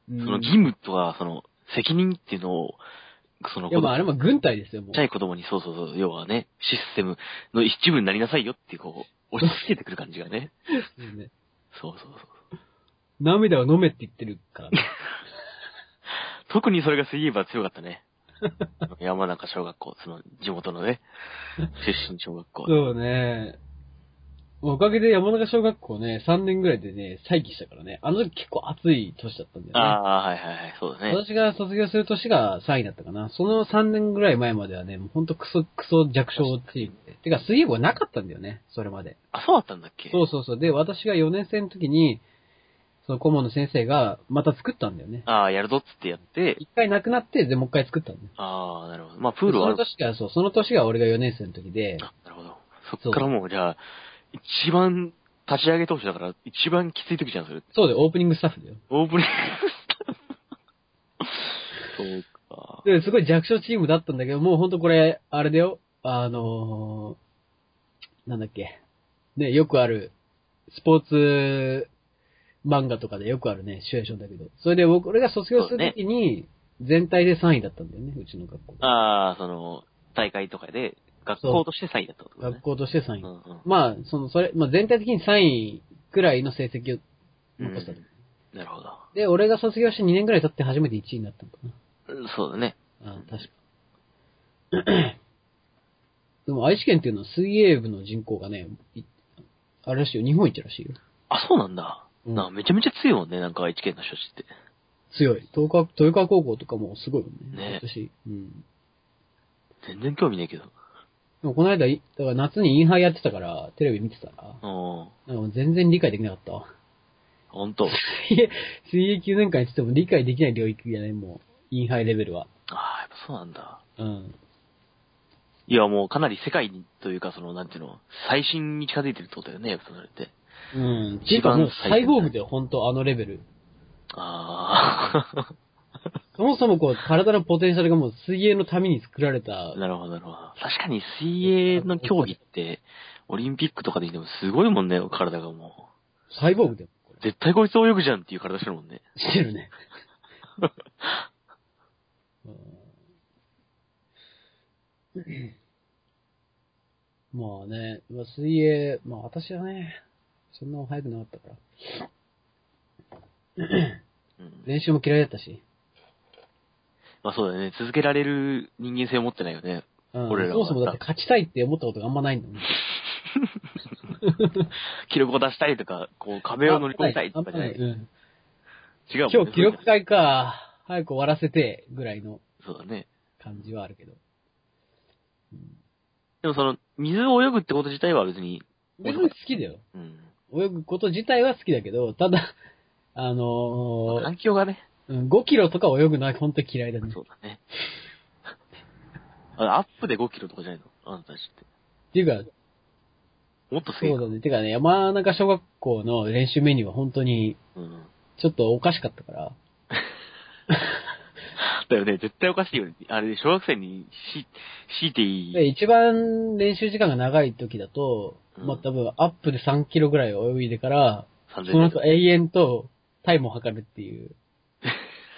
その義務とか、その、責任っていうのを、その
いや、
子
まあ、
供、
あ
ち
れも軍隊ですよ、も
っ
う
ちゃ。い子供に、そうそうそう、要はね、システムの一部になりなさいよっていう、こう、押し付けてくる感じがね。
そうね
そうそうそう。
涙を飲めって言ってるからね。
特にそれが水泳部は強かった
[LAUGHS]
ね。山中小学校、その地元のね、出身小学校。
そうね。おかげで山中小学校ね、3年ぐらいでね、再起したからね。あの時結構暑い年だったんだよね。
ああ、はいはいはい、そうだね。
私が卒業する年が3位だったかな。その3年ぐらい前まではね、もうほんとクソクソ弱小チームで。てか、水泳部はなかったんだよね、それまで。
あ、そうだったんだっけ
そうそうそう。で、私が4年生の時に、その顧問の先生がまた作ったんだよね。
ああ、やるぞっつってやって、
一回なくなって、で、もう一回作ったんだよ。
ああ、なるほど。まあ、プールはある。
その年が、そう、その年が俺が4年生の時で、
あなるほど。そっからもう、じゃあ、一番立ち上げ当初だから一番きつい時じゃん、それ。
そうだよ、オープニングスタッフだよ。
オー
[LAUGHS]
プニングスタッフ。そうか。
で、すごい弱小チームだったんだけど、もうほんとこれ、あれだよ、あのー、なんだっけ、ね、よくある、スポーツ漫画とかでよくあるね、シチュエーションだけど。それで僕、俺が卒業するときに、全体で3位だったんだよね、うちの学校。
ああ、その、大会とかで、学校として3位だったってことね
学。校として3
う
位。
んうん
まあ、その、それ、まあ全体的に3位くらいの成績を残したと。
なるほど。
で、俺が卒業して2年くらい経って初めて1位になったのか
う
な。
んそうだね。
あ確か。 [CLEARS THROAT] でも愛知県っていうのは水泳部の人口がね、いあれらしいよ、日本一らしいよ。
あ、そうなんだ。
うん
なめちゃめちゃ強いもんね、なんか愛知県の人たちって。
強い。東川、豊川高校とかもすごいよ
ね
ね。私、うん。
全然興味ねえけど。
でもこの間、いだから夏にインハイやってたから、テレビ見てた
う
ら、
ん。
なんかもう全然理解できなかったわ。 [LAUGHS]
ほんと。
水泳、水泳9年間やってても理解できない領域やね、もう、インハイレベルは。
ああ、やっぱそうなんだ。
うん。
いや、もうかなり世界に、というか、その、なんていうの、最新に近づいてるってことだよね、やっぱそれって。
うん。
一
一
番
番もう最後部だよ、本当あのレベル。
あ
そもそもこう、体のポテンシャルがもう水泳のために作られた
[LAUGHS] あ、なるほど、なるほど。確かに水泳の競技って、オリンピックとかで見てもすごいもんね、体がも
サイボーグだよ、こ
う。絶対こいつ泳ぐじゃんっていう体してるもんね。
れ。してるね。うんまあね、まあ、水泳、まあ私はね、そんな早くなかったから。
うん。
練習も嫌いだったし。
まあそうだよね、続けられる人間性を持ってないよね。
うん、
俺ら
そ
は
もそもだって勝ちたいって思ったことがあんまないんだもん。
記録を出したいとか、こう、壁を乗り越えたいとかじゃない。違
うん
うもんね。
今日記録会か、早く終わらせて、ぐらいの
そうだね。
感じはあるけど。
でもその、水を泳ぐってこと自体は別に、
別に好きだよ。
うん。
泳ぐこと自体は好きだけど、ただ、 [LAUGHS] あのー
環境がね、
うん、5キロとか泳ぐのは本当に嫌いだね。
そうだね。あアップで5キロとかじゃないのあんたたちって。
っていうか、
もっとすげえ
そう
か。
だね。てかね、山中小学校の練習メニューは本当に、
うん。
ちょっとおかしかったから。
だよね、絶対おかしいよね。あれ、小学生にし、強いていい。
で一番練習時間が長い時だと、
うん
まあ、多分アップで3キロぐらい泳いでから、
3000
その
円
後永遠とタイムを測るっていう。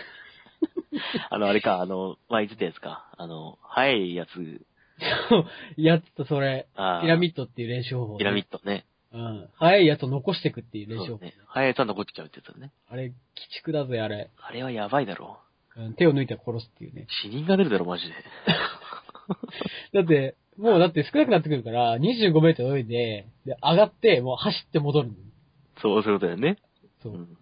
[LAUGHS]
あの、あれか、あの、前言ってたやつか。あの、早いやつ、
やっとそれ、
あ
ピラ
ッ
ミッドっていう練習方法、
ピラミッドね。
ド。うん。速いやつを残していくっていう練習
そ
方
う
法。
ね。早いやつは残っちゃうってやつだね。
あれ、鬼畜だぜ、あれ。
あれはやばいだろ。
うん、手を抜いたら殺すっていうね。
死人が出るだろ、マジで。
だって、もうだって少なくなってくるから、25メートル泳いで、で、上がって、もう走って戻るの。
そう、そういうことだよね。
そう。
ん。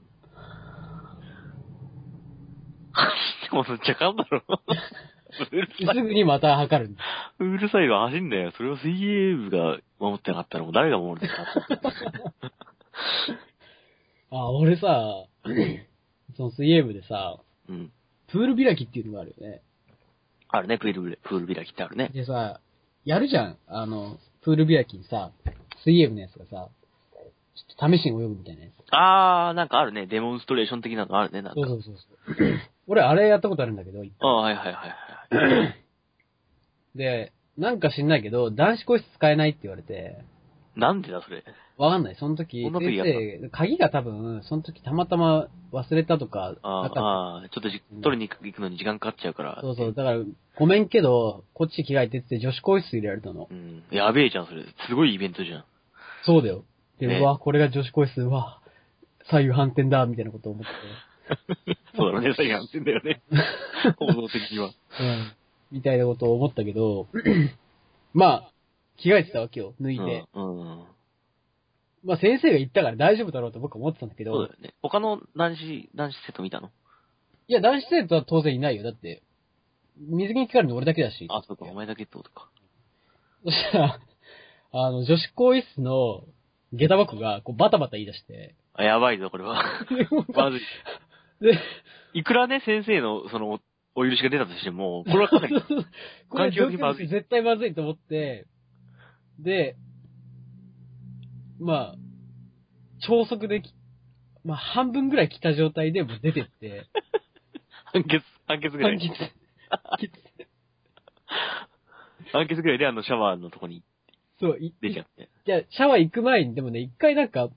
走ってもそっちゃかんだろ。 [LAUGHS] うる
す
さい。
ぐにまた測るんだ。
うるさいの走んだよ。それを水泳部が守ってなかったらもう誰が守るんです
[LAUGHS]
か
あ、
[CLEARS THROAT]
俺さ、その水泳部でさ、
うん。
プール開きっていうのがあるよね。
あるね、プール、プール開きってあるね。
でさ、やるじゃん。あの、プール開きにさ、水泳部のやつがさ、ちょっと試しに泳ぐみたいなやつ。
あー、なんかあるね。デモンストレーション的なのあるね、なんか
そう。そうそうそう。俺、あれやったことあるんだけど、一
あ
回
あ、はいはいはいはい。
[LAUGHS] で、なんか知んないけど、男子個室使えないって言われて、
なんでだ、それ。
わかんない。その時、
そんな
先
時やった
生、鍵が多分、その時たまたま忘れたとか、
あ
なかっ
ーあー、ちょっとじ取りに行くのに時間かかっちゃうから。
た。そうそう。だから、ごめんけど、こっち着替えてって女子更衣室入れられたの。
うん。やべえじゃん、それ。すごいイベントじゃん。
そうだよ。で、
ね
うわ、これが女子更衣室、うわ、左右反転だ、みたいなこと思って。
[LAUGHS] そうだね、最近やってんだよね。報道的には。
うん。みたいなことを思ったけど、 [CLEARS THROAT] まあ、着替えてたわけよ、抜いて。
うん。うん
まあ先生が言ったから大丈夫だろうと僕は思ってたんだけど、
そうだよね。他の男子、男子セット見たの
いや、男子生徒は当然いないよ。だって、水着に着替えるの俺だけだし。
あ、そうか、お前だけってことか。
そしたら、あの、女子更衣室の下駄箱がこうバタバタ言い出して、
あ、やばいぞ、これは。まずい。
で、
いくらね、先生の、その、お許しが出たとしても、これはかなり、
こ
環
れ
境的にまずい
絶対まずいと思って、で、まあ、超速でき、まあ、半分ぐらい来た状態でもう出てって、
判決、判決ぐら
判
い。
決、
判決ぐらいであのシャワーのとこに
そう、い、
出ちゃって。
じゃあシャワー行く前に、でもね、一回なんか、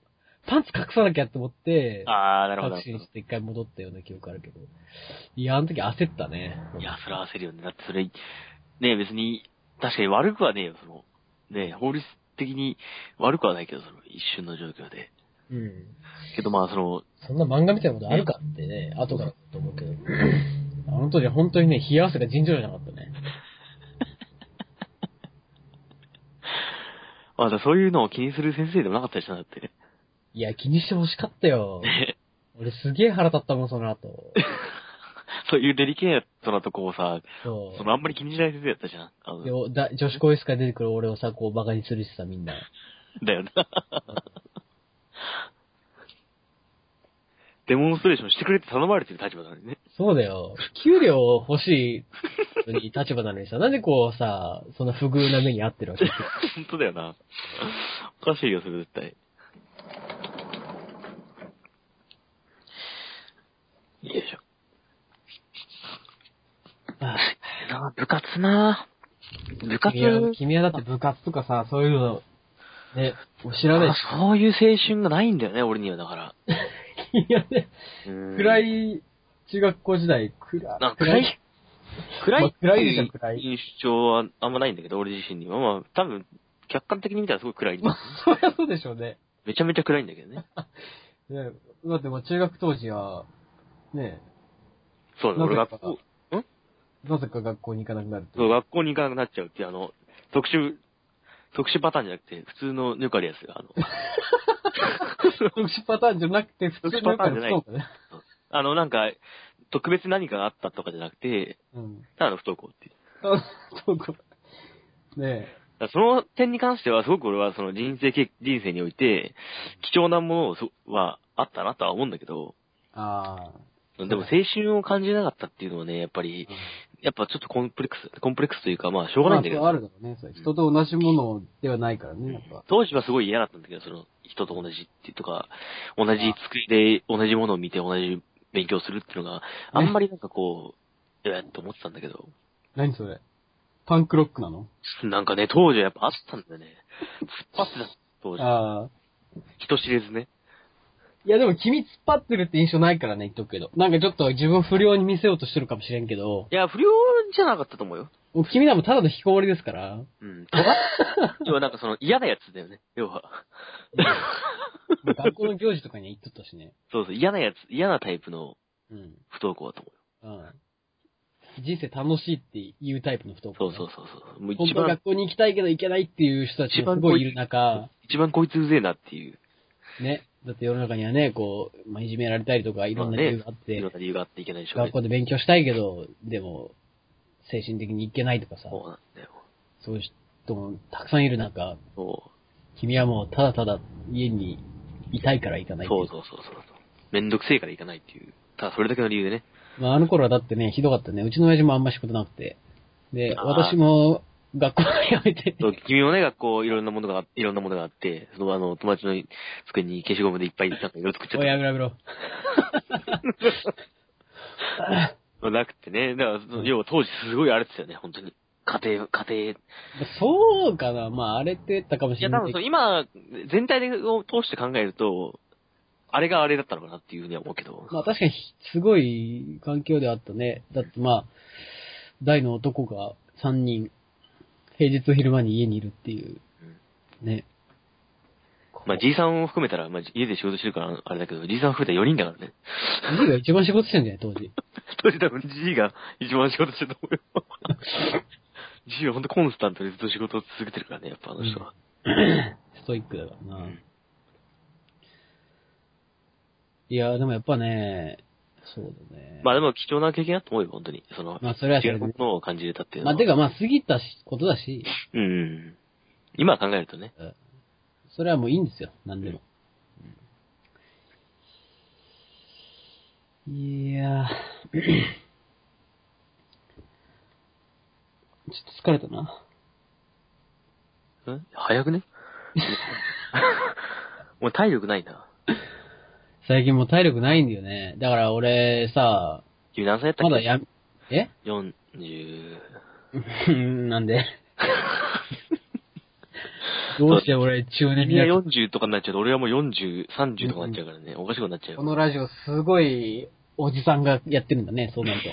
パンツ隠さなきゃと思って、
あー、なるほど。
確
い
信して一回戻ったような記憶あるけど。いや、あの時焦ったね。
や、それは焦るよね。だってそれ、ね別に、確かに悪くはねえよ、その、ね法律的に悪くはないけど、その、一瞬の状況で。
うん。
けどまあ、その、
そんな漫画みたいなことあるかってね、後からと思うけど。あの当時は本当にね、冷や汗が尋常じゃなかったね。
まだそういうのを気にする先生でもなかったりしたんだって。 [LAUGHS]
いや、気にしてほしかったよ。
ね
俺すげえ腹立ったもん、その後。
そういうデリケートなとこをさ、
そ
[LAUGHS] そのあんまり気にしない先生だったじゃん。あの
う。でおだ女子恋スから出てくる俺をさ、こう馬鹿にするしさ、みんな。
だよな。 [LAUGHS] デモンストレーションしてくれって頼まれてる立場なのにね。 [LAUGHS]
そうだよ。給料欲しいのに立場なのに
[LAUGHS]
さ、なんでこうさ、そんな不遇な目に遭ってるわけ
本当だよな。おかしいよ、それ絶対。よいしょ。
ああ
な部活な部活
君は君はだって部活とかさ、そういうの、ね、もう知らない
あ
し。
そういう青春がないんだよね、俺にはだから。
[LAUGHS] 君はね、暗
暗。
い中学校時代、暗
なんか
い。
暗い。暗い
まあ
って
暗いでしょ暗い
印象はあんまないんだけど、俺自身には。まあ、多分、客観的に見たらすごい暗いんだよね。
そりゃそうでしょうね。
めちゃめちゃ暗いんだけどね。
ねだってもう中学当時は、ね、
そうだ、
なぜ
俺
か
学校、
なぜか学校に行かなくなるってい
そう
う。
学校に行かなくなっちゃうっていう、あの、特殊、特殊パターンじゃなくて、普通の抜かれやつ
[LAUGHS]
が、あの、
特殊パターンじゃなくて、普通の
特殊パターンじゃない
そうだね。
あの、なんか、特別何かがあったとかじゃなくて、
うん。
ただの不登校っていう。
あそうか。ね
だからその点に関しては、すごく俺はその人生経、人生において、貴重なものをそはあったなとは思うんだけど、
ああ。
でも青春を感じなかったっていうのはね、やっぱり、やっぱちょっとコンプレックス、コンプレックスというか、まあ、しょうがないんだけど
まあ、そうあるだろうね。それ人と同じものではないからね、やっぱ。
当時はすごい嫌だったんだけど、その、人と同じっていうとか、同じ机で同じものを見て同じ勉強するっていうのが、あんまりなんかこう、ええと思ってたんだけど、
何それパンクロックなの
なんかね、当時はやっぱあったんだよね。突っ張ってた、当時。
ああ。
人知れずね。
いやでも君突っ張ってるって印象ないからね、言っとくけど。なんかちょっと自分不良に見せようとしてるかもしれんけど、
いや、不良じゃなかったと思うよ。
もう君らもただの引きこもりですから、
うん。とが
[LAUGHS]
要はなんかその嫌なやつだよね、要は。
もう学校の行事とかには行っとったしね。
そうそう、嫌なやつ、嫌なタイプの
うん。
不登校だと思うよ。
うん。人生楽しいっていうタイプの不登
そ
校
う
ね。
そうそうそう。もう
本
一
当は
番
学、校に行きたいけど行けないっていう人たち
一
が
番
すごいいる中、
一番こいつうぜえなっていう、
ね。だって世の中にはね、こう、まあ、いじめられたりとかいろんな理由があっ
い
て、
ろんな理由があっていけないでしょうね
学。校で勉強したいけど、でも、精神的に行けないとかさ、
そうなんだよ。
そういう人もたくさんいる中、
そう。
君はもうただただ家にいたいから行かないってい
そううそうそうそう。めんどくせえから行かないっていう。ただそれだけの理由でね。
まあ、あの頃はだってね、ひどかったね。うちの親父もあんま仕事なくて。で、
あー
私も学校を辞めて。
そう君もね、学校いろんなものが、いろんなものがあって、そのあの、友達の机に消しゴムでいっぱいなんかいろいろ作っちゃ
お
っ
いや
た
めろやめろ。
のなくてね。だからその、要は当時すごい荒れてたよね、本当に。家庭、家庭。い
そうかな。まあ、荒れてたかもしれ
や、多
な
分
い
その
けど。
今、全体でを通して考えると、あれがあれだったのかなっていうふうには思うけど。
まあ、確かにすごい環境ではあったね。だってまあ、大の男が3人、平日昼間に家にいるっていう。ね。
まあ、じいさんを含めたら、まあ、家で仕事してるからあれだけど、じいさん含めたら4人だからね。 [LAUGHS]
じいが一番仕事してんじゃない当時。
当時多分 G が一番仕事してたと思うよ。G は本当コンスタントにずっと仕事を続けてるからね、やっぱあの人は。
ストイックだからな。
うん
いや、でもやっぱね、そうだね。
まあでも貴重な経験だと思うよ、本当に。その、
まあそれはそ
違
れ
う
で
ものを感じれたっていうの
ま
は。
あ、てかまあ、過ぎたしことだし、
うん。今考えるとね。
それはもういいんですよ、なんでも。いやー [COUGHS] ちょっと疲れたな。 [LAUGHS]
ん早くねもう体力ないな。
最近もう体力ないんだよね。だから俺さ、
君何歳やったっ
ま
け
だや、え
40。
[LAUGHS] なんで [LAUGHS] どうして俺中年
み
に
んな
なっちゃった
40とかになっちゃうと、俺はもう40、30とかになっちゃうからね。おかしくなっちゃう
こ。のラジオすごいおじさんがやってるんだね、そうなると。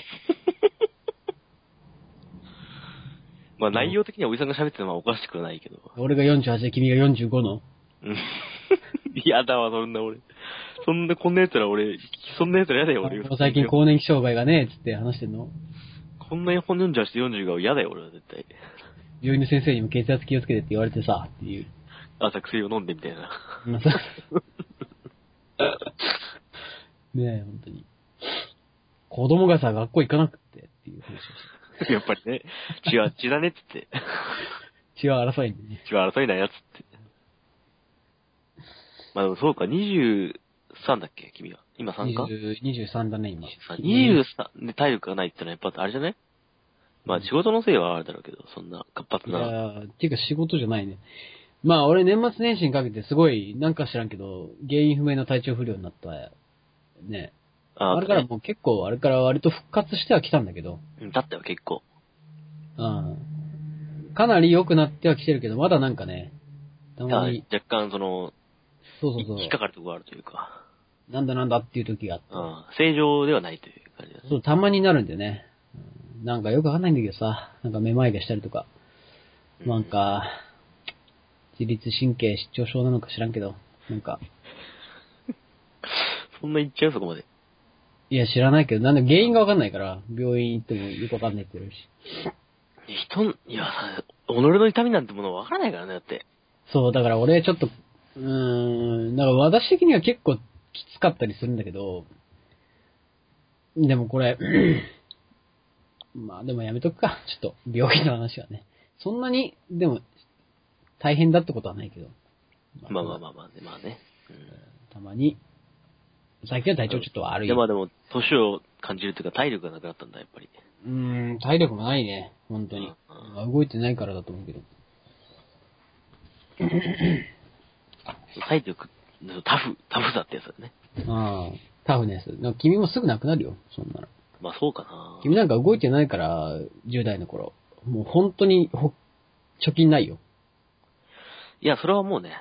まあ内容的にはおじさんが喋ってるのはおかしくはないけど。
俺が48で君が45の。
うん。 [LAUGHS] 嫌だわ、そんな俺。そんな、こんな奴ら俺、そんな奴ら嫌だよ、俺。
最近更年期障害がね、つって話してんの。
こんなに本40して40が嫌だよ、俺は絶対。
病院の先生にも血圧気をつけてって言われてさ、っていう。
朝薬を飲んでみたい
[LAUGHS]
な。
まあそうねえ、本当に。子供がさ、学校行かなくてっていう話をし
やっぱりね、血は血だねっつって。
て血は争いんでね。
血は争いないやつって。まあでもそうか、23だっけ、君は。今3か
20 23だね、今。
23で体力がないってのはやっぱあれじゃないまあ仕事のせいはあるだろうけど、そんな活発
い
な。
やーていうか仕事じゃないね。まあ俺年末年始にかけてすごい、なんか知らんけど、原因不明の体調不良になった。ね。
あ
あれから
ね
もう結構、あれから割と復活してはきたんだけど、
うんだったよ、結構。
うん。かなり良くなってはきてるけど、まだなんかね、たまに、
若干その、
そうそうそ
引っか
う、
かるとこがあるというか、
なんだなんだっていう時があって
うん、正常ではないという感じだね。
そう、たまになるんだよね。うんなんかよくわかんないんだけどさ、なんかめまいがしたりとか、
うん
なんか、自律神経失調症なのか知らんけど、なんか、
そんな言っちゃうそこまで。
いや知らないけど、なんで原因がわかんないから、病院行ってもよくわかんないって言われるし。
人ん、いやさ、己の痛みなんてものは分からないからね、だって。
そう、だから俺ちょっと、うーん、なんか私的には結構きつかったりするんだけど、でもこれ、まあでもやめとくか。 [LAUGHS] ちょっと、病気の話はね。そんなに、でも、大変だってことはないけど。
まあまあまあまあね、まあね。
たまに、最近は体調ちょっと悪い。
でもでも、年を感じるというか、体力がなくなったんだ、やっぱり。
うーん、体力もないね。本当に。動いてないからだと思うけど。
体力、タフ、タフさってやつだね。
ああ、タフネス。でも君もすぐなくなるよ。そんなの。
まあそうかな。
君なんか動いてないから、10代の頃。もう本当にほ、貯金ないよ。
いや、それはもうね、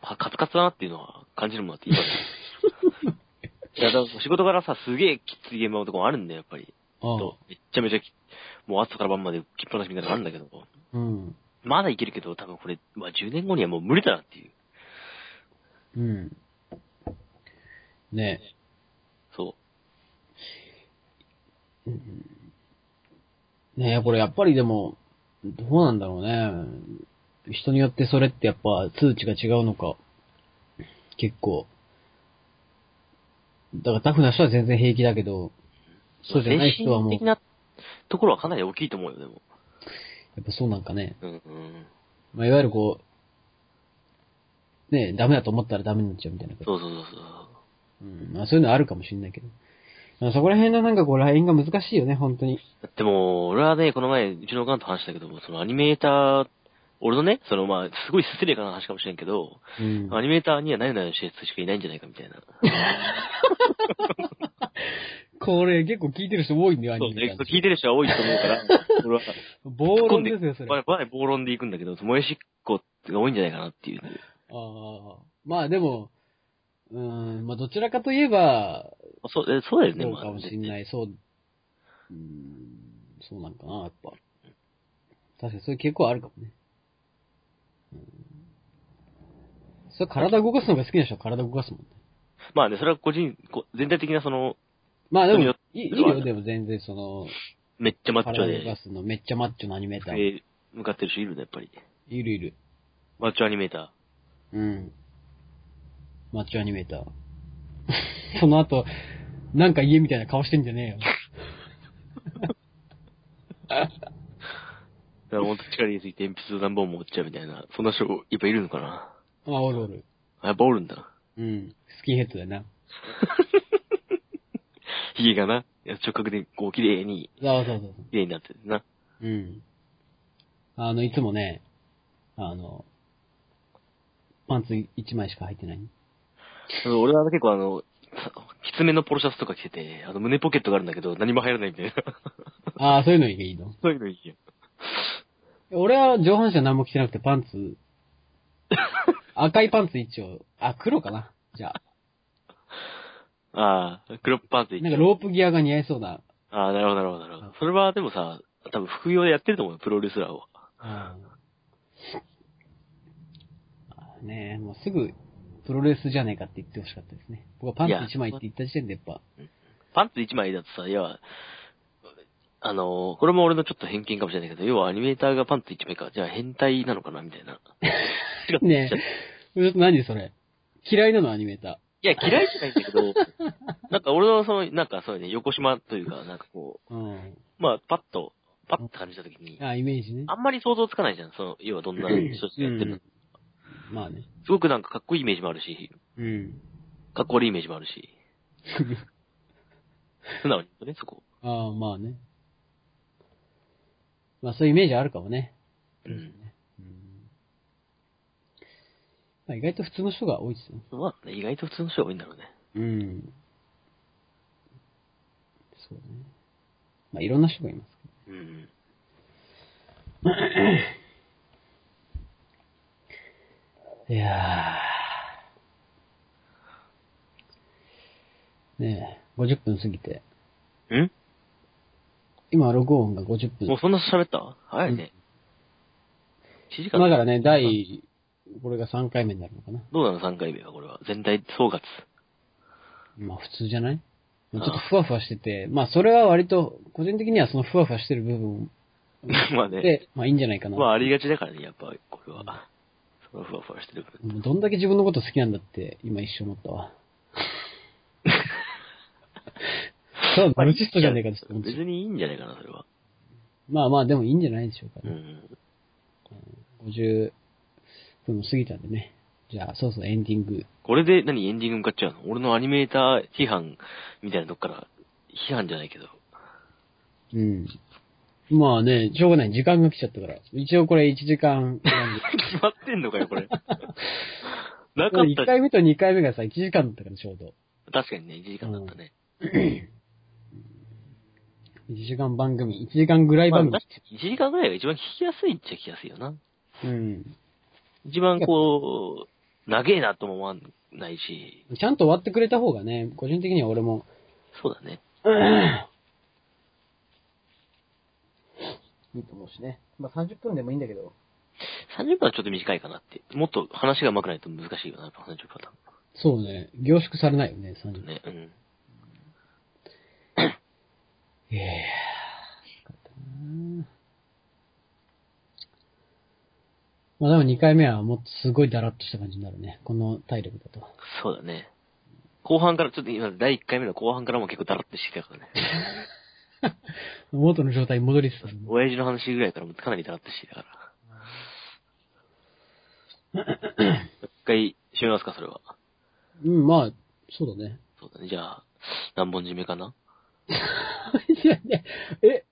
はカツカツだなっていうのは感じるもんだって、今で
[LAUGHS]
もいや、だから仕事からさ、すげえきつい現場のとこもあるんだよ、やっぱり。
あ
とめっちゃめちゃき、もう朝から晩まできっぱなしみたいなのあるんだけど。
あ。うん。
まだいけるけど、多分これ、まあ10年後にはもう無理だなっていう。
うん。ね
そう。
え。ねえ、これやっぱりでも、どうなんだろうね。人によってそれってやっぱ数値が違うのか。結構。だからタフな人は全然平気だけど、そうじゃない人はもう、
精神
や
的なところはかなり大きいと思うよ、でも。
っぱそうなんかね。
うんうん。
まあ、いわゆるこう、ねえ、ダメだと思ったらダメになっちゃうみたいなこと。
そうそうそうそう。
うん。まあそういうのあるかもしれないけど。まあそこら辺のなんかこう、ラインが難しいよね、本当に。
だってもう、俺はね、この前、うちのおかんと話したけども、そのアニメーター、俺のね、そのまあ、すごい失礼かな話かもしれんけど、
うん。
アニメーターにはなよなよしてる人しかいないんじゃないかみたいな。
これ結構聞いてる人多いんだよ、ア
そう
ニメ
ね [LAUGHS]
が。、
聞いてる人は多いと思う
[LAUGHS]
から、俺は、
暴論ですよ、それ。あ
まあ、まあ、暴論で行くんだけど、燃えしっこが多いんじゃないかなっていう。
あ。まあでも、うん、まあどちらかといえば、
そう、えそうだよね、
そう
まあ。
かもしれない、そう、うん、そうなんかな、やっぱ。確かにそういう傾向はあるかもね。うん、それ体動かすのが好きな人は体動かすもんね。
まあね、それは個人、こ全体的なその、
まあで
人に
も
よ、
いいいよ、でも全然その、
めっちゃマッチョ
体動か
で、
すのめっちゃマッチョなアニメーター。
机向かってる人いるね、やっぱり。
いるいる。
マッチョアニメーター。
うん。マッチョアニメーター。 [LAUGHS] その後、なんか家みたいな顔してんじゃね
だから本当力入れすぎて鉛筆を何本も折っちゃうみたいな、そんな人、やっぱいるのかな。
えよ。あ、おるおる。
あやっぱおるんだ。
うん。スキンヘッドだな。
ヒゲがな、いや直角でこう綺麗に、
そうそうそうそ
綺麗になってるな。
う。うん。あの、いつもね、あの、パンツ一枚しか履いてない。
あの俺は結構あの、きつめのポロシャツとか着てて、あの、胸ポケットがあるんだけど、何も入らないみたいな。
ああ、そういうのいいの
[LAUGHS] そういうのいいよ。
俺は上半身は何も着てなくてパン
[LAUGHS]
ツ。赤いパンツ一応。あ、黒かなじゃあ。
ああ、黒パンツいい
なんかロープギアが似合いそうな。
ああ、なるほど、なるほど、なるほど。それはでもさ、多分副業でやってると思うよ、プロレスラーは。
あーねえ、もうすぐ、プロレスじゃねえかって言ってほしかったですね。僕はパンツ1枚って言った時点でやっぱ、
パンツ一枚だとさ、要は、あのーこれも俺のちょっと偏見かもしれないけど、要はアニメーターがパンツ一枚か、じゃあ変態なのかな、みたい [LAUGHS] な。
ねえ、ちょっと何それ。嫌いなのアニメータ
いや、嫌いじゃないんだけど、 [LAUGHS] なんか俺のその、なんかそうね、横島というか、なんかこ
ー。うん。
う、まあ、パッと、パッと感じたときに、
あーイメージね。
あんまり想像つかないじゃん、その、要はどんな人たちがやってるの。
うんまあね。
すごくなんかかっこいいイメージもあるし、
うん。 [LAUGHS]
かっこ悪いイメージもあるし、 [LAUGHS] 素直に言うとね、そこ。
ああ、まあね。まあそういうイメージあるかもね。
うん。
まあ、意外と普通の人が多いですよ。
まあ、ね、意外と普通の人が多いんだろうね。
うん。そうね。まあいろんな人がいますけ
うん。
ど。いやー。ねえ、50分過ぎて。
ん
今、録音が50分
もう。そんな喋った早いね。1時間
だからね、第、これが3回目になるのかな。
どうなの ?3 回目は、これは。全体総括。
まあ普通じゃないまあちょっとふわふわしてて、まあそれは割と、個人的にはそのふわふわしてる部分
[LAUGHS] まあね。
で、まあいいんじゃないかな。
まあ、ありがちだからね、やっぱ、これは。そのふわふわしてるから。
もうどんだけ自分のこと好きなんだって、今一瞬思っ
[LAUGHS]
たわ。そう、ナルシストじゃねえかって思っちゃう
別にいいんじゃないかな、それは。
まあまあ、でもいいんじゃないでしょうか
う
ね。
ん。
50分も過ぎたんでね。じゃあ、そうそう、エンディング。
これで何エンディング向かっちゃうの俺のアニメーター批判みたいなとこから、批判じゃないけど。 [LAUGHS]
うん。まあね、しょうがない。時間が来ちゃったから。一応これ1時間なんで。
決まってんのかよ、こ
[LAUGHS]
れ。なかっ
1
た。
回目と2回目がさ、1時間だったからちょうど。
確かにね、1時間だったね。
1時間番組、1時間ぐらい
まあ、
番
確
組
か。に1時間ぐらいが一番聞きやすいっちゃ聞きやすいよな。
うん。
一番こう、長えなとも思わないし、
ちゃんと終わってくれた方がね、個人的には俺も、
そうだね。
いいと思うしね。まあ、30分でもいいんだけど。
30分はちょっと短いかなって。もっと話が上手くないと難しいよな、やっぱ30分は多
そうね。凝縮されないよね、
分
30分。
ね。うん。
ええまあでも2回目はもっとすごいダラッとした感じになるね。この体力だと。
そうだね。後半から、ちょっと今、第1回目の後半からも結構ダラッとしてきたからね。
元の状態に戻りつつあるね
親父の話ぐらいからもかなりダラッとしてきた
[LAUGHS]
から。一回、締めますか、それは。
うん、まあ、そうだね。
そうだね。じゃあ、何本締めかない
やいや、 [LAUGHS] え、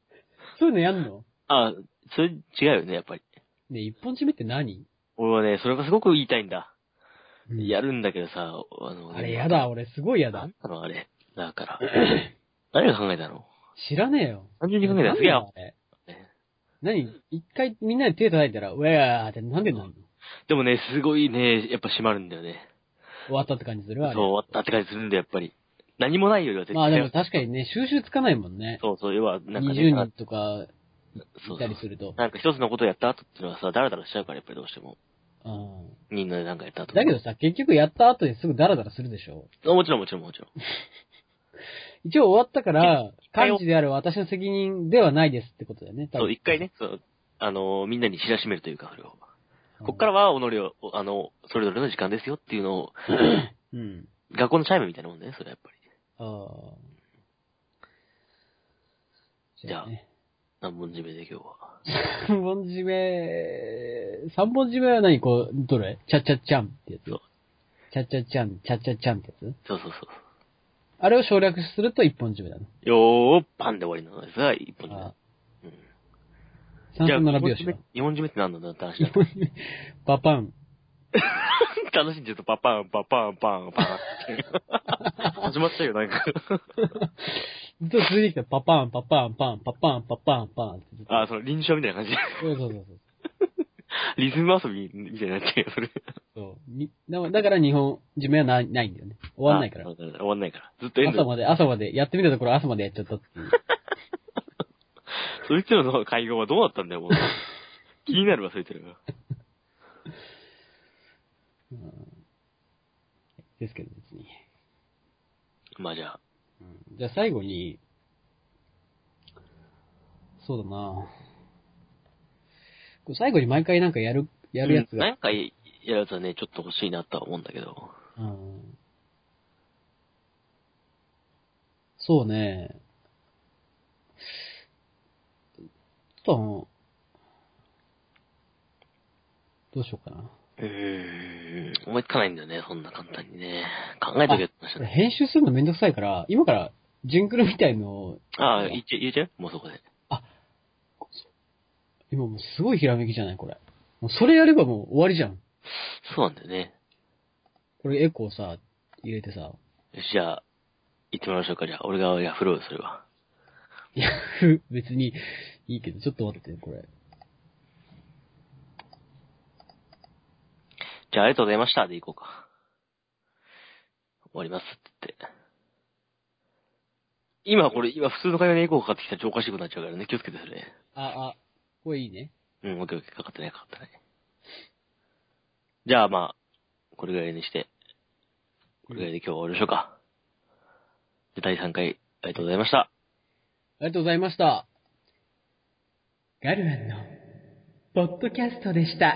そういうのやんの
あ、それ違うよね、やっぱり。
ねえ一本締めって何、
俺はね、それがすごく言いたいんだ。
うん
やるんだけどさ、あの、
あれやだ、俺すごいやだ
なん。なのあれ。だ
[LAUGHS]
から。誰が考えたの
知らねえよ。
単純に考えたらすげえ
なんだあれ何一回みんなで手叩いたら、ウェーってなんでなんの
でもね、すごいね、やっぱ閉まるんだよね。
終わったって感じする
そう、
わ。あれ
終わったって感じするんだよ、やっぱり。何もないよりは絶対。
まあでも確かにね、収集つかないもんね。
そうそう、要は、なんかね、
20人とか
そ
いう
そ
たり
う。
すると。
なんか一つのことをやった後っていうのはさ、ダラダラしちゃうから、やっぱりどうしても。
うん
みんなでなんかやった後。
だけどさ、結局やった後にすぐダラダラするでしょ
ど、もちろんもちろんもちろん。
一応終わったから、
回
幹事である私の責任ではないですってことだよね。多分
そう、一回ね、そう、あのー、みんなに知らしめるというか、それを。
うん
こっからは、己を、あの、それぞれの時間ですよっていうのを、
うん。
学校のチャイムみたいなもんだね、それやっぱり。
ああ。
じゃあ
ね、
何本締めで今日は。
3本締め、三本締めは何こう、どれチャチャチャンってやつ
そう
チャチャチャン、チャチャチャンってやつ
そうそうそう。
あれを省略すると1本締めだな。
よー、パンで終わりなのですが、一本締め。
あ
うん
三
じゃあ、
本
日
並
本
びを
締
し
め
よ、 [LAUGHS]
日本締めって何なんだって話だ。
う。パパン。
楽しんでるとパパン、パパン、パン、パンって。始まっちゃうよ、なんか。
ずっと続いてきた。パパン、パパン、パン、パパン、パパン、パンってずっと。
あ、その臨床みたいな感じ。
そうそうそうそう。
リズム遊びみたいになっちゃうよ、それ。
そうにだからだから日本、自分はないないんだよね。終わんないから
あ。終わんないから。ずっとエン
朝
ド。
まで、朝まで、やってみたところ朝までやっちゃったっていう。
そいつらの会合はどうだったんだよ、もう。気になるわ、そいつら
[LAUGHS]
が。
ですけど別に。
まあじゃあ、
うんじゃあ最後に、そうだなこれ最後に毎回なんかやる、やるやつ
うん
が。
なんかやるやつはね、ちょっと欲しいなとは思うんだけど。
うんそうね。ちょっとあの、どうしようかな。
うーん。思いつかないんだよね、そんな簡単にね。考えとけって話
こ
だ
れ
ね。
編集するのめんどくさいから、今からジングルみたいのを、
ああ、言っちゃ言っちゃうもうそこで。
今もうすごいひらめきじゃないこれ。もうそれやればもう終わりじゃん。
そうなんだよね。
これエコーさ、入れてさ、 [LAUGHS]
よし、じゃあ、行ってもらいましょうか。じゃあ、俺がや振ろうよ、それは。
いや、ふ別にいいけど、ちょっと待って、これ。
じゃあ、ありがとうございました。で行こうか。終わりますって言って。今これ、今普通の会話にエコーかかってきたら超おかしくなっちゃうからね、気をつけてそれ。
あ、あ、これいいね。
うん、オッケーオッケー、かかってない、かかってない。じゃあまあ、これぐらいにして、これぐらいで今日は終わりましょうか。で第3回、ありがとうございました。
ありがとうございました。ガルアンの、ポッドキャストでした。